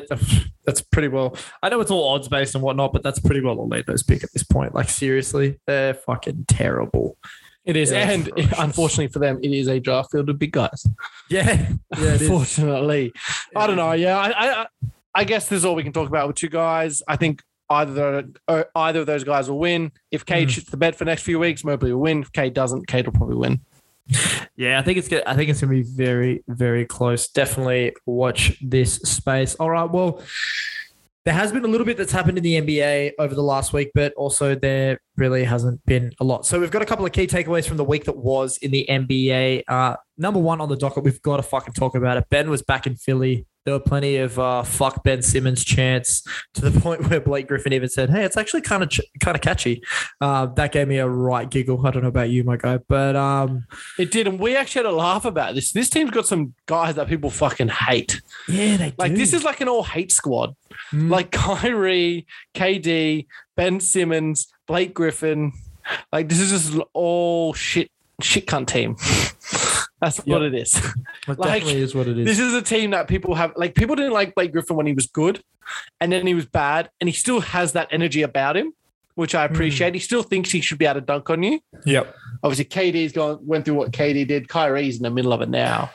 A: that's pretty well. I know it's all odds based and whatnot, but that's pretty well a lead those pick at this point. Like seriously, they're fucking terrible.
B: It is,
A: Yeah,
B: and
A: ferocious.
B: unfortunately for them, it is a draft field of big guys.
A: Yeah, yeah, it is.
B: Unfortunately, I don't know. Yeah, I, I, I- I guess this is all we can talk about with two guys. I think either uh, either of those guys will win. If Cade shoots the bed for the next few weeks, Mobley will win. If Cade doesn't, Cade will probably win.
A: Yeah, I think it's good. I think it's gonna be very, very close. Definitely watch this space. All right, well. There has been a little bit that's happened in the NBA over the last week, but also there really hasn't been a lot. So we've got a couple of key takeaways from the week that was in the NBA. Uh, number one on the docket, we've got to fucking talk about it. Ben was back in Philly. There were plenty of uh, fuck Ben Simmons chants to the point where Blake Griffin even said, "Hey, it's actually kind of ch- kind of catchy." Uh, that gave me a right giggle. I don't know about you, my guy, but um,
B: It did, and we actually had a laugh about this. This team's got some guys that people fucking hate.
A: Yeah, they
B: Like
A: do.
B: this is like an all hate squad.
A: Mm.
B: Like Kyrie, KD, Ben Simmons, Blake Griffin. Like this is just all shit shit cunt team. That's what it is.
A: It
B: like,
A: definitely is what it is.
B: This is a team that people have like people didn't like Blake Griffin when he was good and then he was bad and he still has that energy about him, which I appreciate. He still thinks he should be able to dunk on you.
A: Yep.
B: Obviously KD's gone went through what KD did. Kyrie's in the middle of it now.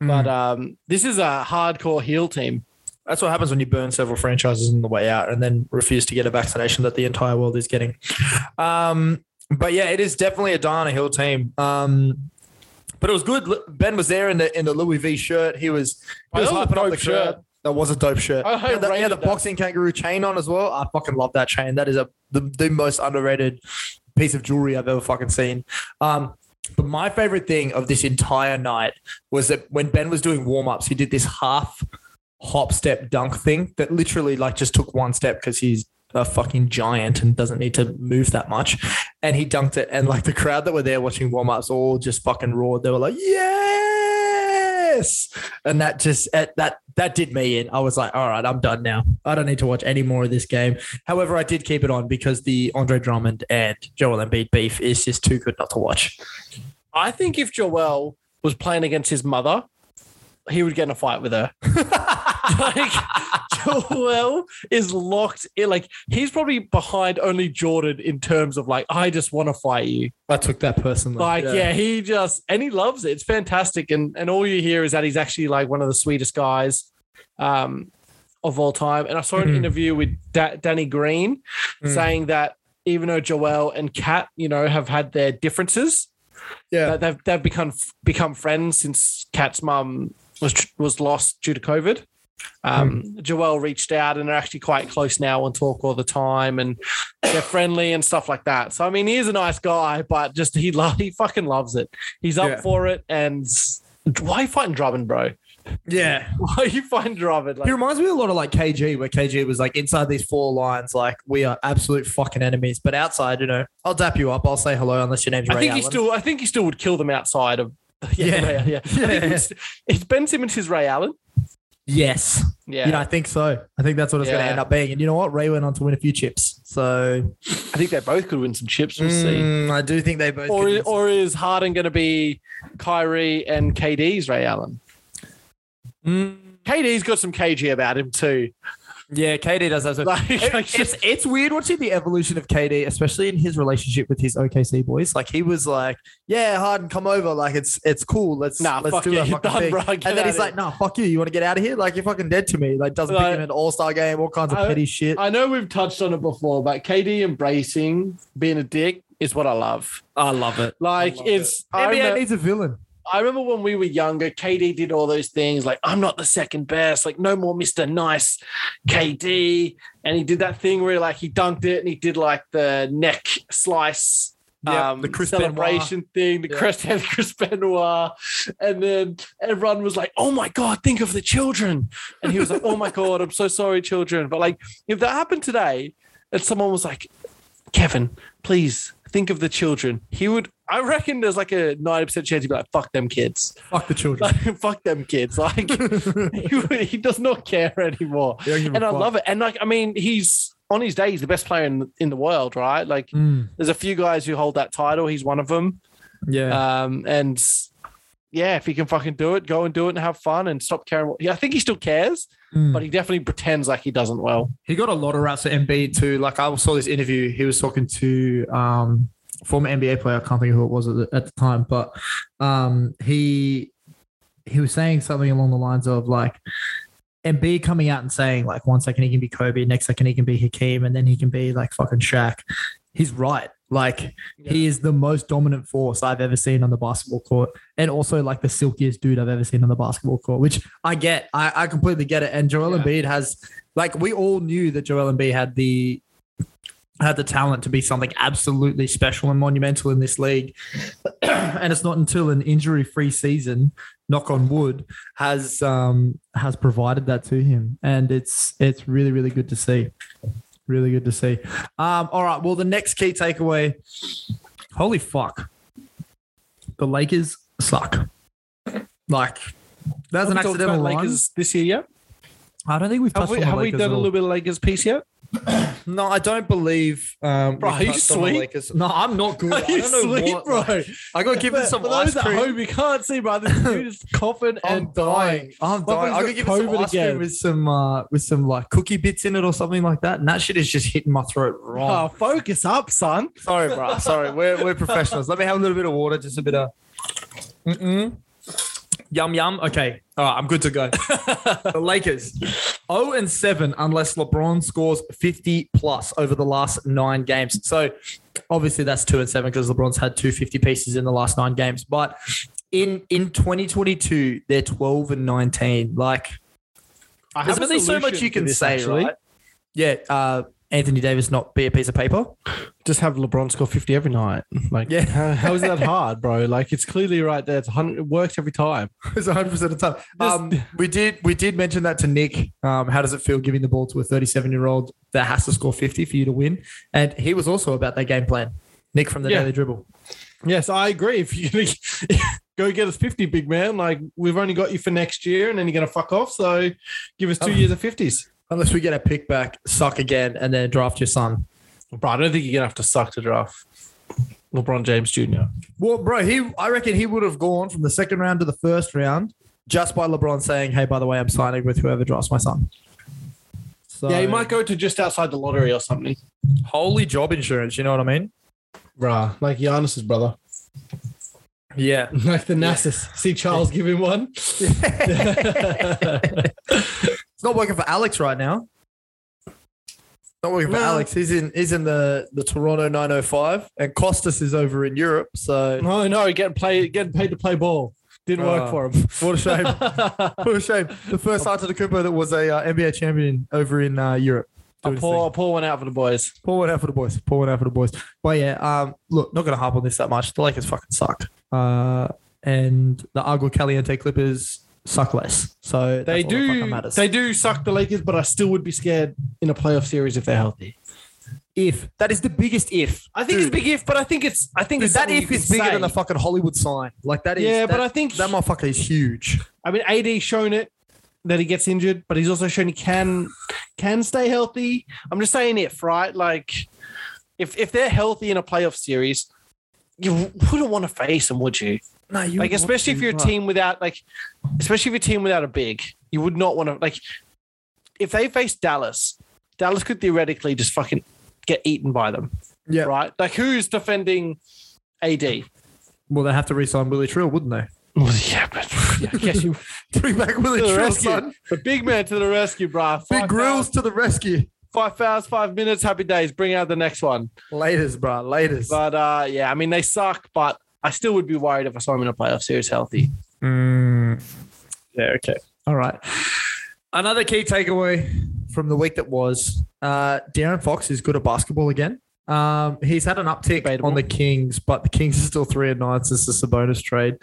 A: Hmm.
B: But um this is a hardcore heel team.
A: That's what happens when you burn several franchises on the way out and then refuse to get a vaccination that the entire world is getting. Um, but yeah, it is definitely a Diana Hill team. Um, but it was good. L- Ben was there in the in the Louis V shirt. He was, he
B: Oh,
A: was
B: that was a
A: hyping up
B: dope
A: the
B: shirt.
A: shirt. That was a dope shirt.
B: I- I
A: yeah, the, he had the
B: rated that.
A: boxing kangaroo chain on as well. I fucking love that chain. That is a the, the most underrated piece of jewelry I've ever fucking seen. Um, but my favorite thing of this entire night was that when Ben was doing warm ups, he did this half hop step dunk thing that literally like just took one step because he's a fucking giant and doesn't need to move that much. And he dunked it. And like the crowd that were there watching warm ups all just fucking roared. They were like, yes. And that just, that, that, that did me in. I was like, all right, I'm done now. I don't need to watch any more of this game. However, I did keep it on because the Andre Drummond and Joel Embiid beef is just too good not to watch.
B: I think if Joel was playing against his mother, he would get in a fight with her. like Joel is locked in. Like he's probably behind only Jordan in terms of like, I just want to fight you.
A: I took that personally.
B: Like, yeah. he just and he loves it. It's fantastic. And and all you hear is that he's actually like one of the sweetest guys um of all time. And I saw an
A: Mhm.
B: interview with da- Danny Green
A: Mm.
B: saying that even though Joel and Kat, you know, have had their differences,
A: Yeah.
B: that they've they've become become friends since Kat's mum was tr- was lost due to COVID. Um,
A: Mm.
B: Joelle reached out and are actually quite close now and talk all the time, and they're friendly and stuff like that. So I mean, he is a nice guy, but just he lo- he fucking loves it. He's up
A: Yeah.
B: for it, and s- why are you fighting Drummond, bro?
A: Yeah.
B: Why are you fighting Drummond? Like,
A: He reminds me a lot of like KG, where KG was like inside these four lines, like we are absolute fucking enemies. But outside, you know, I'll dap you up. I'll say hello unless your name's Ray
B: I think
A: Allen.
B: he still I think he still would kill them outside of. Yeah,
A: Yeah.
B: Ray- yeah. I think
A: Yeah.
B: it's, it's Ben Simmons is Ray Allen.
A: Yes.
B: Yeah.
A: Yeah, I think so. I think that's what it's going
B: Yeah.
A: to end up being. And you know what? Ray went on to win a few chips. So
B: I think they both could win some chips. We'll see.
A: Mm, I do think they both.
B: Or
A: could
B: is,
A: win-
B: or is Harden going to be Kyrie and KD's Ray Allen?
A: Mm,
B: KD's got some KG about him too.
A: yeah, KD does that. So
B: Like,
A: It-
B: like,
A: it's it's weird watching the evolution of KD, especially in his relationship with his OKC boys. Like he was like, "Yeah, Harden, come over. Like it's it's cool. Let's
B: Nah,
A: let's
B: fuck
A: do
B: you.
A: a
B: You're
A: fucking
B: done,
A: thing."
B: bro. Get
A: and then
B: out
A: he's
B: of
A: like, "Nah, fuck you. You want to get out of here? Like you're fucking dead to me. Like doesn't
B: Like-
A: pick him an All Star game, all kinds of
B: I-
A: petty shit.
B: I know we've touched on it before, but KD embracing being a dick is what I love.
A: I love it.
B: Like it's I
A: NBA
B: remember,
A: needs a villain.
B: I remember when we were younger, KD did all those things like I'm not the second best, like no more Mr. Nice KD. And he did that thing where like he dunked it and he did like the neck slice.
A: Yeah,
B: um,
A: the Chris
B: celebration thing, the
A: Yeah.
B: Chris, Chris Benoit, and then everyone was like, "Oh my god, think of the children!" And he was like, "Oh my god, I'm so sorry, children." But like, if that happened today, and someone was like, Kevin, please think of the children. He would, I reckon there's like a 90% chance he'd be like, fuck them kids.
A: Fuck the children.
B: Like, fuck them kids. Like, he, he does not care anymore. And I love it. And like, I mean, he's on his day, he's the best player in, in the world, right? Like,
A: Mm.
B: there's a few guys who hold that title. He's one of them.
A: yeah.
B: Um, and yeah, if he can fucking do it, go and do it and have fun and stop caring. what- Yeah, I think he still cares,
A: Mm.
B: but he definitely pretends like he doesn't well.
A: He got a lot of raps for MB too. Like I saw this interview, he was talking to um, former NBA player. I can't think of who it was at the, at the time, but um, he he was saying something along the lines of like MB coming out and saying like one second he can be Kobe, next second he can be Hakeem, and then he can be like fucking Shaq. He's right. Like he is the most dominant force I've ever seen on the basketball court, and also like the silkiest dude I've ever seen on the basketball court. Which I get, I, I completely get it. And Joel
B: Yeah.
A: Embiid has like we all knew that Joel Embiid had the had the talent to be something absolutely special and monumental in this league. and it's not until an injury-free season, knock on wood, has um has provided that to him. And it's it's really, really good to see. Really good to see. Um, all right. Well, the next key takeaway. Holy fuck. The Lakers suck. Like that's an
B: Have we talked about
A: accidental line.
B: Lakers this year yet?
A: I don't think we've touched
B: Have we,
A: on the
B: have we
A: Lakers
B: done
A: at
B: a
A: all.
B: little bit of Lakers piece yet?
A: No, I don't believe. Um,
B: Bro,
A: we
B: are you
A: touched on the
B: sweet?
A: Lakers. No, I'm not good.
B: Are
A: I
B: you
A: don't know
B: sweet,
A: what,
B: bro?
A: like, I got given some
B: for
A: ice
B: those at
A: cream.
B: home, you can't see, bro. This dude is coughing
A: I'm
B: and dying.
A: I'm dying.
B: Motherfucker's
A: I
B: got
A: could give it some
B: COVID
A: ice cream
B: again.
A: with some uh, with some like cookie bits in it or something like that, and that shit is just hitting my throat
B: Oh,
A: wrong.
B: focus up, son.
A: Sorry, bro. Sorry, we're, we're professionals. Let me have a little bit of water, just a bit of. Mm-mm. Yum yum. Okay, all right, I'm good to go. the Lakers, 0 and 7 unless LeBron scores 50 plus over the last nine games. So obviously that's 2 and 7 because LeBron's had two 50 pieces in the last nine games. But in in 2022, they're 12 and 19. Like
B: I
A: there's
B: have a
A: only so much
B: solution
A: you
B: to
A: can
B: this,
A: say,
B: actually.
A: right? Yeah. Uh, Anthony Davis not be a piece of paper.
B: Just have LeBron score 50 every night. Like,
A: Yeah.
B: how- how is that hard, bro? Like, it's clearly right there. It's 100, it works every time.
A: It's 100 percent of the time. Um, we did we did mention that to Nick. Um, how does it feel giving the ball to a 37 year old that has to score 50 for you to win? And he was also about that game plan. Nick from the
B: Yeah.
A: Daily Dribble.
B: Yes, I agree. If you're going to go get us 50, big man, like, we've only got you for next year and then you're going to fuck off. So give us two
A: Oh.
B: years of 50s.
A: Unless we get a pick back, suck again, and then draft your son.
B: Bro, I don't think you're going to have to suck to draft LeBron James Jr.
A: Well, bro, he I reckon he would have gone from the second round to the first round just by LeBron saying, "Hey, by the way, I'm signing with whoever drafts my son." So
B: Yeah, he might go to just outside the lottery or something.
A: holy job insurance. You know what I mean?
B: Bruh, like Giannis's brother.
A: Yeah.
B: Like the Nassus. See Charles give him one.
A: it's not working for Alex right now. Not working for
B: No.
A: Alex. He's in he's in the, the Toronto 905 and Costas is over in Europe. So
B: No, no, getting play getting paid to play ball. Didn't
A: Ah.
B: work for him.
A: what a shame.
B: a
A: what a shame. The first
B: Um,
A: Arthur de Cooper that was a uh, NBA champion over in uh, Europe. Doing his
B: poor,
A: thing.
B: a poor one out for the boys.
A: Pour one out for the boys. Pour one out for the boys. But yeah, um, look, not going to harp on this that much. The Lakers fucking suck. Uh, and the Agua Caliente Clippers suck less. So
B: They
A: that's all that fucking
B: do
A: matters.
B: they do suck the Lakers, but I still would be scared in a playoff series if they're healthy.
A: if that is the biggest if.
B: I think it's a big if, but I think it's I think
A: Dude,
B: it's
A: that
B: something you
A: if is
B: can
A: bigger
B: say.
A: than the fucking Hollywood sign. Like that is.
B: Yeah, but
A: that-
B: I think-
A: that motherfucker is huge.
B: I mean AD shown it. that he gets injured, but he's also shown he can can stay healthy. I'm just saying if right, like if if they're healthy in a playoff series, you wouldn't want to face them, would you?
A: No, you
B: Like especially if you're a team without like, especially if you're a team without a big, you would not want to like. If they face Dallas, Dallas could theoretically just fucking get eaten by them.
A: Yeah.
B: Right. Like who's defending AD?
A: Well, they have to resign Willie Trill, wouldn't they?
B: Well, yeah, but yeah, I guess you
G: Bring back Willie
B: to the
G: Trill,
B: rescue.
G: son.
B: The big man to the rescue, bruh.
G: Big
B: Five
G: grills
B: hours-
G: to the rescue.
B: Five hours, five minutes, happy days. Bring out the next one.
G: Latest, bruh. Latest.
B: But uh, yeah, I mean they suck, but I still would be worried if I saw him in a playoff series healthy. Mm.
A: Yeah, okay. All right. Another key takeaway from the week that was uh, Darren Fox is good at basketball again. Um, he's had an uptick
B: Debatable.
A: on the Kings, but the Kings are still three and nine since the Sabonis trade.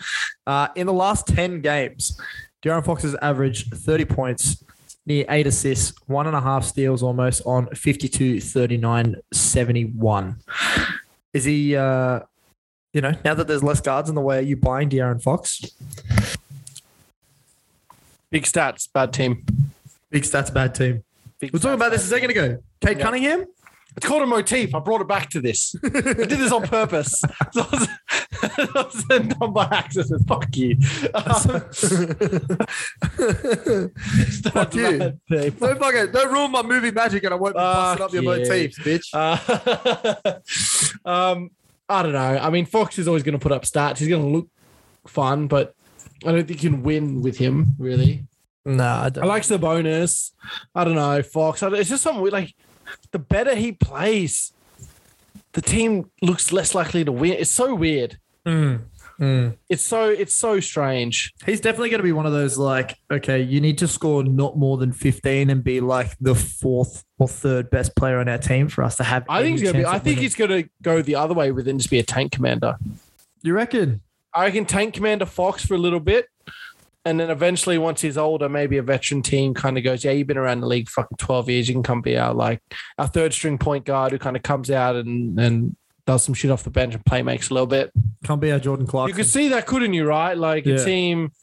A: Uh, in the last 10 games, Darren Fox has averaged 30 points, near eight assists, one and a half steals almost on 52, 39, 71. Is he, uh, you know, now that there's less guards in the way, are you buying Darren Fox?
B: Big stats, bad team.
A: Big stats, bad team.
B: Big
A: We were talking
B: stats,
A: about this a
B: bad
A: second
B: team.
A: ago. Kate
B: Yeah.
A: Cunningham.
B: It's called a motif. I brought it back to this. I did this on purpose. So it was- it wasn't done by accident. Fuck you. Um,
G: Fuck you.
B: bad team.
G: Don't fucking don't ruin my movie magic, and I won't be busting
B: Fuck
G: up your
B: you.
G: motifs, bitch.
B: Uh, um, I don't know. I mean, Fox is always going to put up stats. He's going to look fun, but I don't think you can win with him really.
A: Nah, I
B: I like Sabonis. I don't know Fox. I don't- it's just something weird. Like the better he plays, the team looks less likely to win. It's so weird. It's so it's so strange.
A: Hmm. He's definitely going to be one of those like, okay, you need to score not more than fifteen and be like the fourth or third best player on our team for us to have.
B: I think he's
A: any
B: gonna be.
A: chance
B: I
A: of
B: think
A: winning.
B: he's gonna go the other way with it and just be a tank commander.
A: You reckon?
B: I reckon Tank Commander Fox for a little bit. And then eventually, once he's older, maybe a veteran team kind of goes, Yeah, you've been around the league fucking 12 years. You can come be our like our third string point guard who kind of comes out and, and does some shit off the bench and play makes a little bit.
A: Can't be our Jordan Clark.
B: You could see that, couldn't you, right? Like a
A: Yeah.
B: team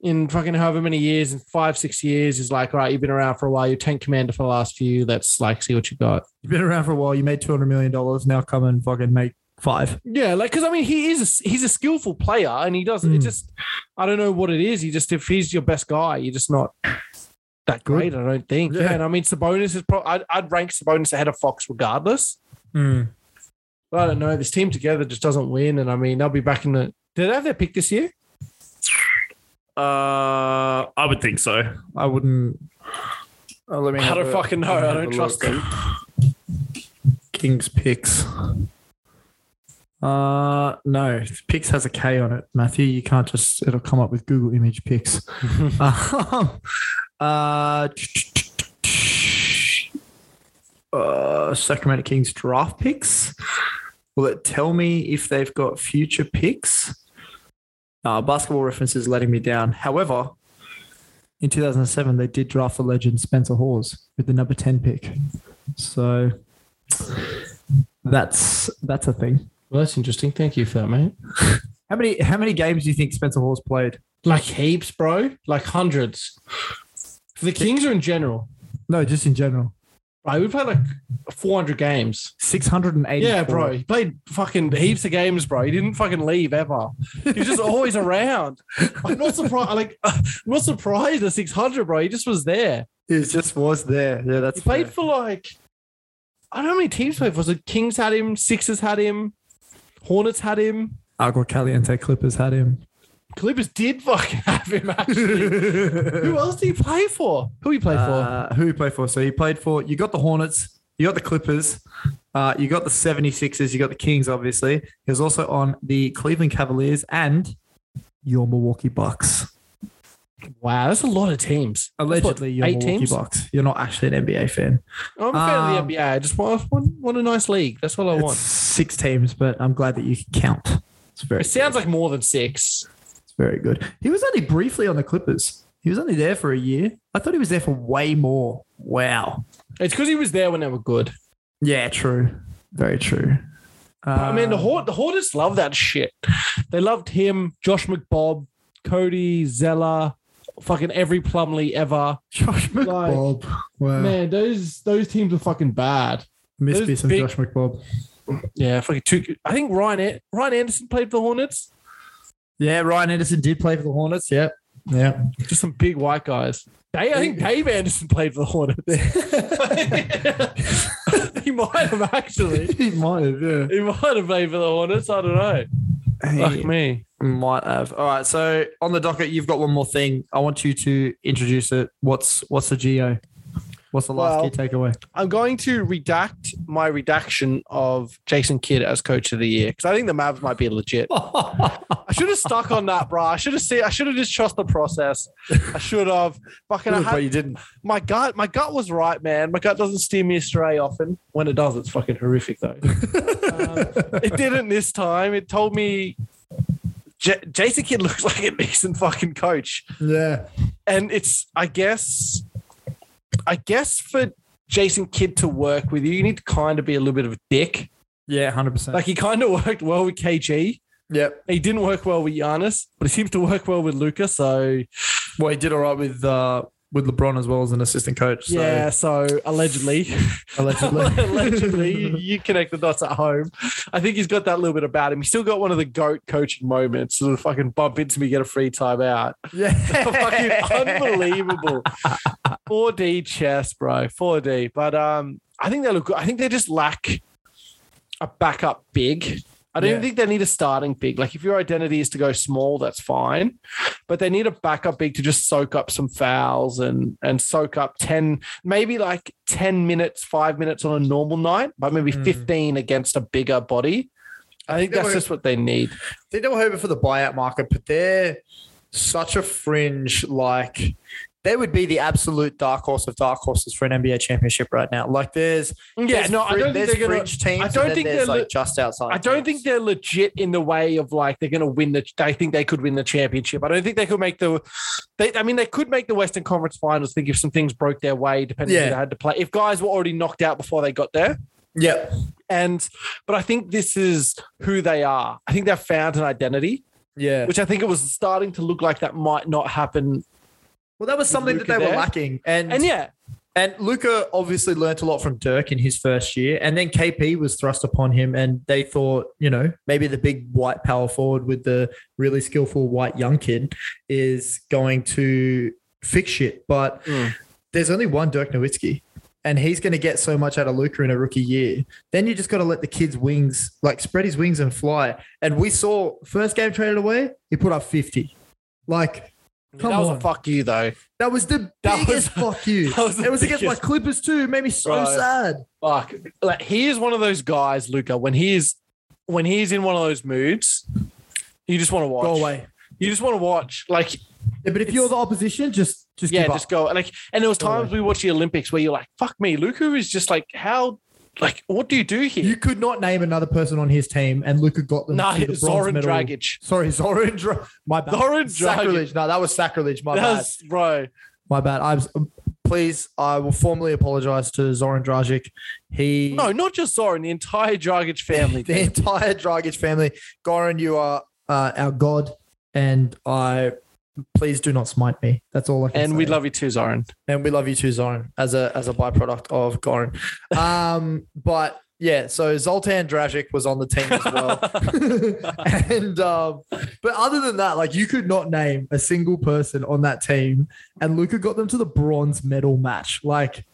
B: in fucking however many years, in five, six years, is like, All right, you've been around for a while. You're Tank Commander for the last few. Let's like see what you got.
A: You've been around for a while. You made two hundred million dollars. Now come and fucking make five.
B: Yeah, like because I mean he is a, he's a skillful player and he doesn't. It
A: Mm.
B: just I don't know what it is. He just if he's your best guy, you're just not that great. I don't think. Yeah,
A: Yeah.
B: and I mean Sabonis is probably I'd, I'd rank Sabonis ahead of Fox regardless. Hmm. But I don't know. This team together just doesn't win, and I mean they'll be back in the. Did they have their pick this year?
A: Uh, I would think so. I wouldn't. Oh, let me
B: I
A: have
B: don't
A: a-
B: fucking know.
A: let me
B: I
A: have
B: don't
A: a
B: trust
A: look.
B: them.
A: Kings picks. Uh no, picks has a K on it, Matthew. You can't just it'll come up with Google image picks. um, uh, uh, Sacramento Kings draft picks. Will it tell me if they've got future picks? Uh, basketball reference is letting me down. However, in 2007, they did draft the legend Spencer Hawes with the number 10 pick. So that's that's a thing.
B: Well, that's interesting. Thank you for that, mate.
A: How many how many games do you think Spencer Hawes played?
B: Like heaps, bro. Like hundreds. For the Kings or in general,
A: No, just in general.
B: right? We played like 400 games.
A: 680.
B: Yeah, bro. He played fucking heaps of games, bro. He didn't fucking leave ever. He was just always around. I'm not surprised. Like, I'm not surprised at 600, bro. He just was there.
A: It just was there. Yeah, that's
B: He played for like, I don't know how many teams played for. So Kings had him, Sixers had him, Hornets had him.
A: Agua Caliente Clippers had him.
B: Clippers did fucking have him. Actually, who else did he play for? Who he played
A: Uh, who he played for? So he played for you got the Hornets, you got the Clippers, uh, you got the 76ers, you got the Kings, obviously. He was also on the Cleveland Cavaliers and your Milwaukee Bucks.
B: for? Wow, that's a lot of teams. That's what,
A: Allegedly, your
B: eight
A: Milwaukee
B: teams.
A: Bucks. You're not actually an NBA fan.
B: I'm a fan
A: Um,
B: of the NBA. I just want, want, want a nice league. That's all I
A: It's
B: want.
A: six teams, but I'm glad that you can count. It's very,
B: It sounds like more than six.
A: it's very good. He was only briefly on the Clippers. He was only there for a year. I thought he was there for way more. Wow.
B: It's because he was there when they were good.
A: Yeah, true. Very true. Uh,
B: I mean,
A: Ah.
B: the Hor- the Hornets love that shit. They loved him, Josh McBob, Cody Zeller, fucking every Plumley ever.
A: Josh
B: Like,
A: McBob. Wow.
B: man, those those teams are fucking bad.
A: Miss
B: those
A: me some
B: big-
A: Josh McBob.
B: Yeah, fucking two. I think Ryan An- Ryan Anderson played for the Hornets.
A: Yeah, Ryan Anderson did play for the Hornets. Yep. Yeah.
B: Just some big white guys. Dave, I think Dave Anderson played for the Hornets. he might have actually.
A: he might have, yeah.
B: He might have played for the Hornets. I don't know. Fuck me.
A: might have. All right. So on the docket, you've got one more thing. I want you to introduce it. What's what's the geo? What's the last
B: Well-
A: key takeaway?
B: I'm going to redact my redaction of Jason Kidd as coach of the year because I think the Mavs might be legit. I should have stuck on that, bro. I should have said I should have just trust the process. I should have fucking. I had,
A: you didn't.
B: my gut, my gut was right, man. My gut doesn't steer me astray often. When it does, it's fucking horrific though. Um, it didn't this time. It told me. J- Jason Kidd looks like a decent fucking coach
A: Yeah.
B: and it's I guess I guess for Jason Kidd to work with you, you need to kind of be a little bit of a dick.
A: Yeah, hundred percent.
B: Like he kind of worked well with KG.
A: Yep.
B: He didn't work well with Giannis, but he seems to work well with Luca. So
A: Well, he did all right with uh with LeBron as well as an assistant coach. So
B: yeah, so allegedly,
A: allegedly.
B: allegedly, you, you connect the dots at home. I think he's got that little bit about him. He's still got one of the goat coaching moments. So the fucking bump into me, get a free time out. fucking unbelievable. 4D chess, bro. 4D. But um, I think they look good. I think they just lack a backup big. I don't
A: Yeah.
B: even think they need a starting big. Like if your identity is to go small, that's fine. But they need a backup big to just soak up some fouls and and soak up 10, maybe like 10 minutes, five minutes on a normal night, but maybe
A: Mm.
B: 15 against a bigger body. I think
A: they
B: that's
A: were-
B: just what they need.
A: think they were hoping for the buyout market, but they're such a fringe. Like they would be the absolute dark horse of dark horses for an NBA championship right now. Like there's
B: Yeah,
A: there's
B: no, I
A: fri-
B: don't think
A: there's
B: they're gonna.
A: fringe teams.
B: I
A: and
B: don't
A: then
B: think
A: there's
B: they're
A: like
B: le-
A: just outside.
B: I don't think they're legit in the way of like they're going to win the. I think they could win the championship. I don't think they could make the. They, I mean, they could make the Western Conference Finals. I think if some things broke their way, depending on
A: Yeah.
B: who they had to play. If guys were already knocked out before they got there,
A: Yep.
B: and but I think this is who they are. I think they've found an identity,
A: Yeah.
B: which I think it was starting to look like that might not happen.
A: Well, that was something that
B: Luka
A: they were
B: there.
A: lacking, and
B: And yeah,
A: and Luca obviously learnt a lot from Dirk in his first year, and then KP was thrust upon him, and they thought, you know, maybe the big white power forward with the really skillful white young kid is going to fix shit, but
B: Mm.
A: there's only one Dirk Nowitzki. And he's going to get so much out of Luca in a rookie year. Then you just got to let the kid's wings, like spread his wings and fly. And we saw first game traded away, he put up 50. Like, Come
B: that was
A: on.
B: a fuck you though.
A: that was the
B: That was-
A: biggest fuck you.
B: that was the
A: it was against my
B: biggest-
A: Clippers too. It made me so
B: Right.
A: sad.
B: Fuck. Like he is one of those guys, Luca. When he is when he is in one of those moods, you just want to watch.
A: Go away.
B: You just want to watch. Like
A: Yeah, but if you're the opposition, just just
B: yeah,
A: give
B: just go. Like and there was times we watched the Olympics where you're like, fuck me, Luca is just like how like what do you do
A: up.
B: here?
A: You could not name another person on his team, and Luca got them.
B: nah,
A: to the bronze
B: Zoran
A: medal.
B: Dragic.
A: Sorry, Zoran. Dra- my bad.
B: Zoran Dragic.
A: sacrilege. No, that was sacrilege. My bad.
B: That's bro.
A: My bad. I'm. s- Please, I will formally apologize to Zoran Dragic. He
B: No, not just Zoran, the entire Dragic family.
A: the entire Dragic family. Goran, you are uh, our god, and I. Please do not smite me. That's all I can say.
B: and we love you too, Zoran.
A: And we love you too, Zoran, as a as a byproduct of Goran. Um, but yeah, so Zoltan Dragic was on the team as well. and um, but other than that, like you could not name a single person on that team, and Luca got them to the bronze medal match. Like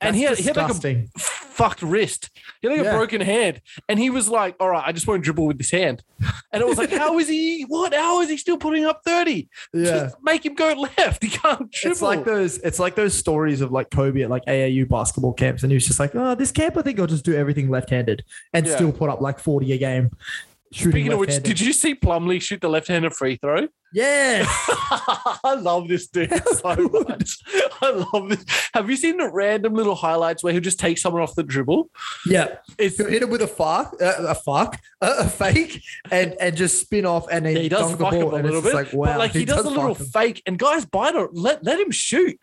B: And he had,
A: that's
B: he had like a
A: disgusting.
B: fucked wrist. He had like
A: Yeah.
B: a broken hand. And he was like, all right, I just won't dribble with this hand. And it was like, how is he, what? How is he still putting up 30?
A: yeah.
B: Just make him go left. He can't dribble.
A: It's like those. It's like those stories of like Kobe at like AAU basketball camps, and he was just like, "Oh, this camp, I think I'll just do everything left-handed and
B: Yeah.
A: still put up like forty a game." Shooting
B: Speaking of which, did you see Plumlee shoot the left-handed free throw?
A: Yes.
B: I love this dude so much. I love this. Have you seen the random little highlights where he'll just take someone off the dribble?
A: Yeah,
B: It's
A: he'll hit him with a fuck, uh, a fuck, uh, a fake, and and just spin off, and then
B: Yeah, he does
A: dunk the
B: fuck him
A: ball,
B: a
A: and it's
B: little
A: just
B: bit.
A: like
B: but,
A: wow,
B: like he, does,
A: fuck
B: a little
A: him.
B: fake, and guys bite on. Let let him shoot.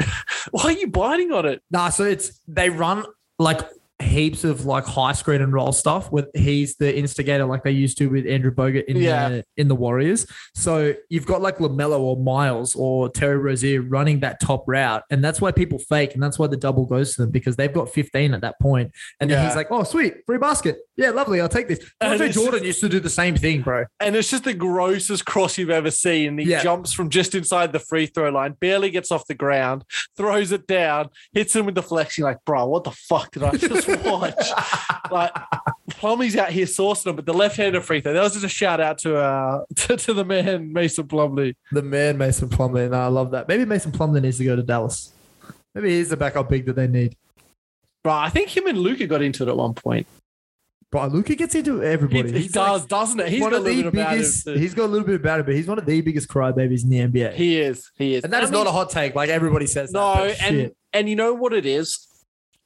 B: Why are you biting on it?
A: Nah, so it's they run like heaps of like high screen and roll stuff with he's the instigator like they used to with Andrew Bogut in
B: Yeah.
A: the in the Warriors. So you've got like LaMelo or Miles or Terry Rozier running that top route. And that's why people fake and that's why the double goes to them because they've got 15 at that point. And then
B: Yeah.
A: he's like, Oh sweet, free basket. Yeah, lovely. I'll take this.
B: And
A: DeAndre
B: it's-
A: Jordan used to do the same thing, bro.
B: And it's just the grossest cross you've ever seen. He
A: Yeah.
B: jumps from just inside the free throw line, barely gets off the ground, throws it down, hits him with the flex. You're like, bro, what the fuck did I just watch? like, Plumlee's out here sourcing him, but the left-handed free throw. That was just a shout out to uh to, to the man Mason Plumlee.
A: The man Mason Plumlin. I love that. Maybe Mason Plumlin needs to go to Dallas. Maybe he's the backup big that they need.
B: Bro, I think him and Luca got into it at one point.
A: Bro, Luca gets into
B: He,
A: everybody.
B: he
A: He's like-
B: does, doesn't it? He's
A: one
B: got a
A: of the
B: little bit about
A: biggest.
B: him.
A: He's got a little bit about it, but he's one of the biggest crybabies in the NBA.
B: He is. He is.
A: and that is
B: I mean-
A: not a hot take, like everybody says.
B: No,
A: that, but
B: and
A: shit.
B: and you know what it is,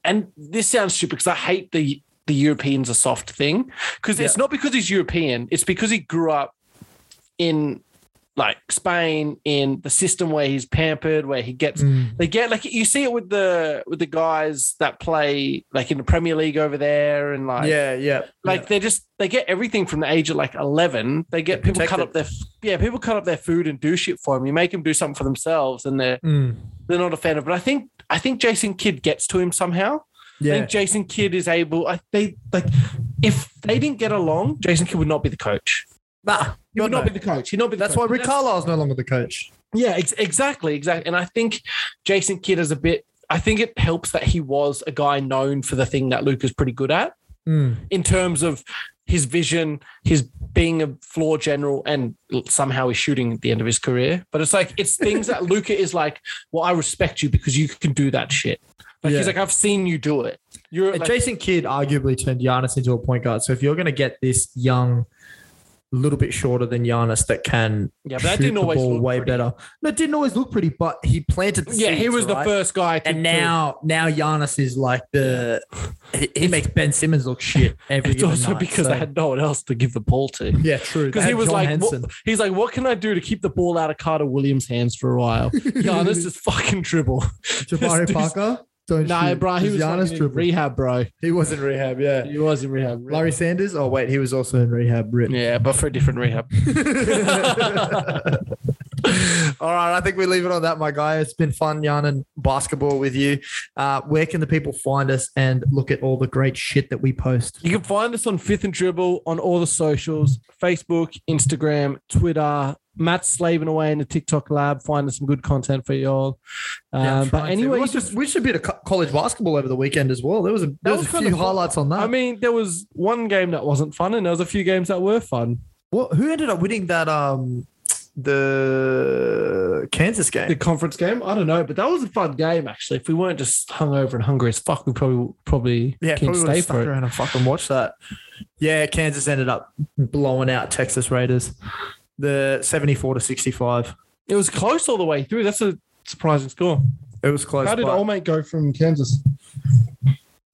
B: and this sounds stupid because I hate the the Europeans are soft thing because it's not because he's European, it's because he grew up in like Spain in the system where he's pampered, where he gets
A: Mm.
B: they get like you see it with the with the guys that play like in the Premier League over there and like
A: yeah, yeah,
B: like they just they get everything from the age of like eleven. They get
A: They're
B: people cut
A: protected.
B: up their f- yeah people cut up their food and do shit for them. You make them do something for themselves, and they're
A: yeah. Mm,
B: they're not a fan of. But I think I think Jason Kidd gets to him somehow. I
A: yeah.
B: think Jason Kidd is able. I, they like if they didn't get along, Jason Kidd would not be the coach.
A: Nah,
B: He would
A: God,
B: not
A: no.
B: be the coach. He'd not be. The
A: That's why
B: coach.
A: Rick Carlisle's no longer the coach.
B: Yeah, ex- exactly, exactly. And I think Jason Kidd is a bit. I think it helps that he was a guy known for the thing that Luke is pretty good at
A: Mm.
B: in terms of his vision, his being a floor general, and somehow he's shooting at the end of his career. But it's like it's things that Luca is like, well, I respect you because you can do that shit. Like
A: Yeah.
B: he's like, I've seen you do it. You're
A: And
B: like,
A: Jason Kidd arguably turned Giannis into a point guard. So if you're going to get this young, little bit shorter than Giannis that can
B: yeah, but that
A: shoot
B: didn't
A: the
B: always
A: ball
B: look
A: way
B: pretty.
A: better. No, it didn't always look pretty, but he planted. The
B: Yeah, he
A: seeds,
B: was the
A: right?
B: first guy. to-
A: And now, now Giannis is like the he, he makes Ben Simmons look shit every.
B: it's
A: given
B: also
A: night,
B: because
A: so-
B: I had no one else to give the ball to.
A: yeah, true.
B: Because
A: They
B: he
A: had
B: was
A: John
B: like, what,
A: Henson.
B: he's like, what can I do to keep the ball out of Carter Williams' hands for a while? Giannis just fucking dribble.
A: Jabari
B: Just do-
A: Parker. Don't
B: Nah,
A: shoot.
B: bro, he
A: Just
B: was
A: Giannis
B: fucking in
A: dribble.
B: rehab, bro.
A: He was in rehab. Yeah.
B: He was in rehab. really.
A: Larry Sanders. Oh wait, he was also in rehab. Rip.
B: Yeah, but for a different rehab.
A: All right, I think we leave it on that, my guy. It's been fun yarning basketball with you. Uh, where can the people find us and look at all the great shit that we post?
B: You can find us on Fifth and Dribble on all the socials Facebook, Instagram, Twitter. Matt's slaving away in the TikTok lab, finding some good content for y'all. Um,
A: Yeah, I'm
B: but
A: trying to. we
B: anyway,
A: watched, just, we watched a bit of co- college basketball over the weekend as well. There was a there was,
B: was
A: a
B: kinda
A: few
B: fun.
A: highlights on that.
B: I mean, there was one game that wasn't fun, and there was a few games that were fun.
A: what, who ended up winning that? Um, the Kansas game.
B: The conference game, I don't know, but that was a fun game actually. If we weren't just hungover and hungry as fuck, we probably probably
A: Yeah,
B: can
A: probably
B: stay
A: stay
B: for it.
A: around and fucking watch that. Yeah, Kansas ended up blowing out Texas Raiders, the seventy-four to sixty-five.
B: It was close all the way through. That's a surprising score.
A: It was close.
B: How did
A: but-
B: Olmec go from Kansas?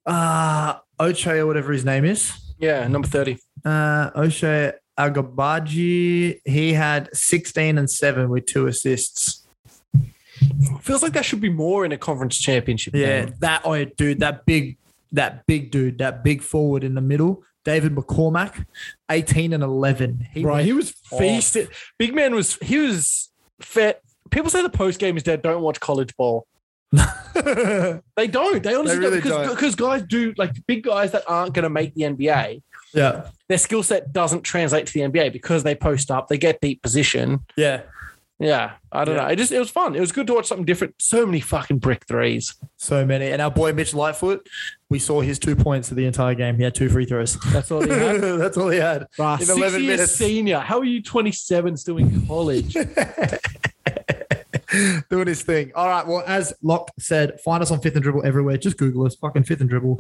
A: uh, Oche or whatever his name is?
B: Yeah, number thirty.
A: Uh, Oche Agabaji. He had sixteen and seven with two assists.
B: Feels like that should be more in a conference championship.
A: Yeah,
B: game.
A: that oh dude, that big, that big dude, that big forward in the middle, David McCormack, eighteen and eleven. He
B: right.
A: went-
B: He was feasted. Big man was he was fat. People say the post game is dead. Don't watch college ball. They don't. They honestly
A: really don't.
B: don't because because guys do like big guys that aren't going to make the NBA.
A: yeah,
B: their skill set doesn't translate to the NBA because they post up, they get deep position.
A: yeah.
B: Yeah, I don't know. It just it was fun. It was good to watch something different. So many fucking brick threes.
A: So many. And our boy Mitch Lightfoot, we saw his two points of the entire game. He had two free throws.
B: That's all he had.
A: That's all he had.
B: Bruh,
A: In
B: six
A: 11
B: years
A: minutes.
B: senior. How are you 27 still in college?
A: Doing his thing. All right. Well, as Locke said, find us on Fifth and Dribble everywhere. Just Google us, fucking Fifth and Dribble.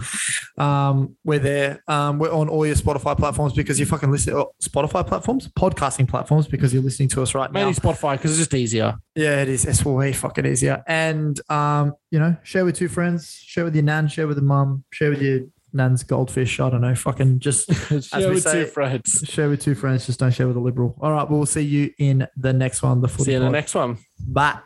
A: Um, we're there. Um, we're on all your Spotify platforms because you're fucking listening. Oh, Spotify platforms, podcasting platforms because you're listening to us right now.
B: Mainly Spotify because it's just easier.
A: Yeah, it is. It's way fucking easier. And um, you know, share with two friends, share with your nan, share with your mum, share with your nan's goldfish. I don't know. Fucking just as
B: Yeah,
A: we
B: with
A: say,
B: two friends.
A: share with two friends, just don't share with a liberal. All right, well, we'll see you in the next one. The footy
B: See you in the
A: pod.
B: next one.
A: Bye.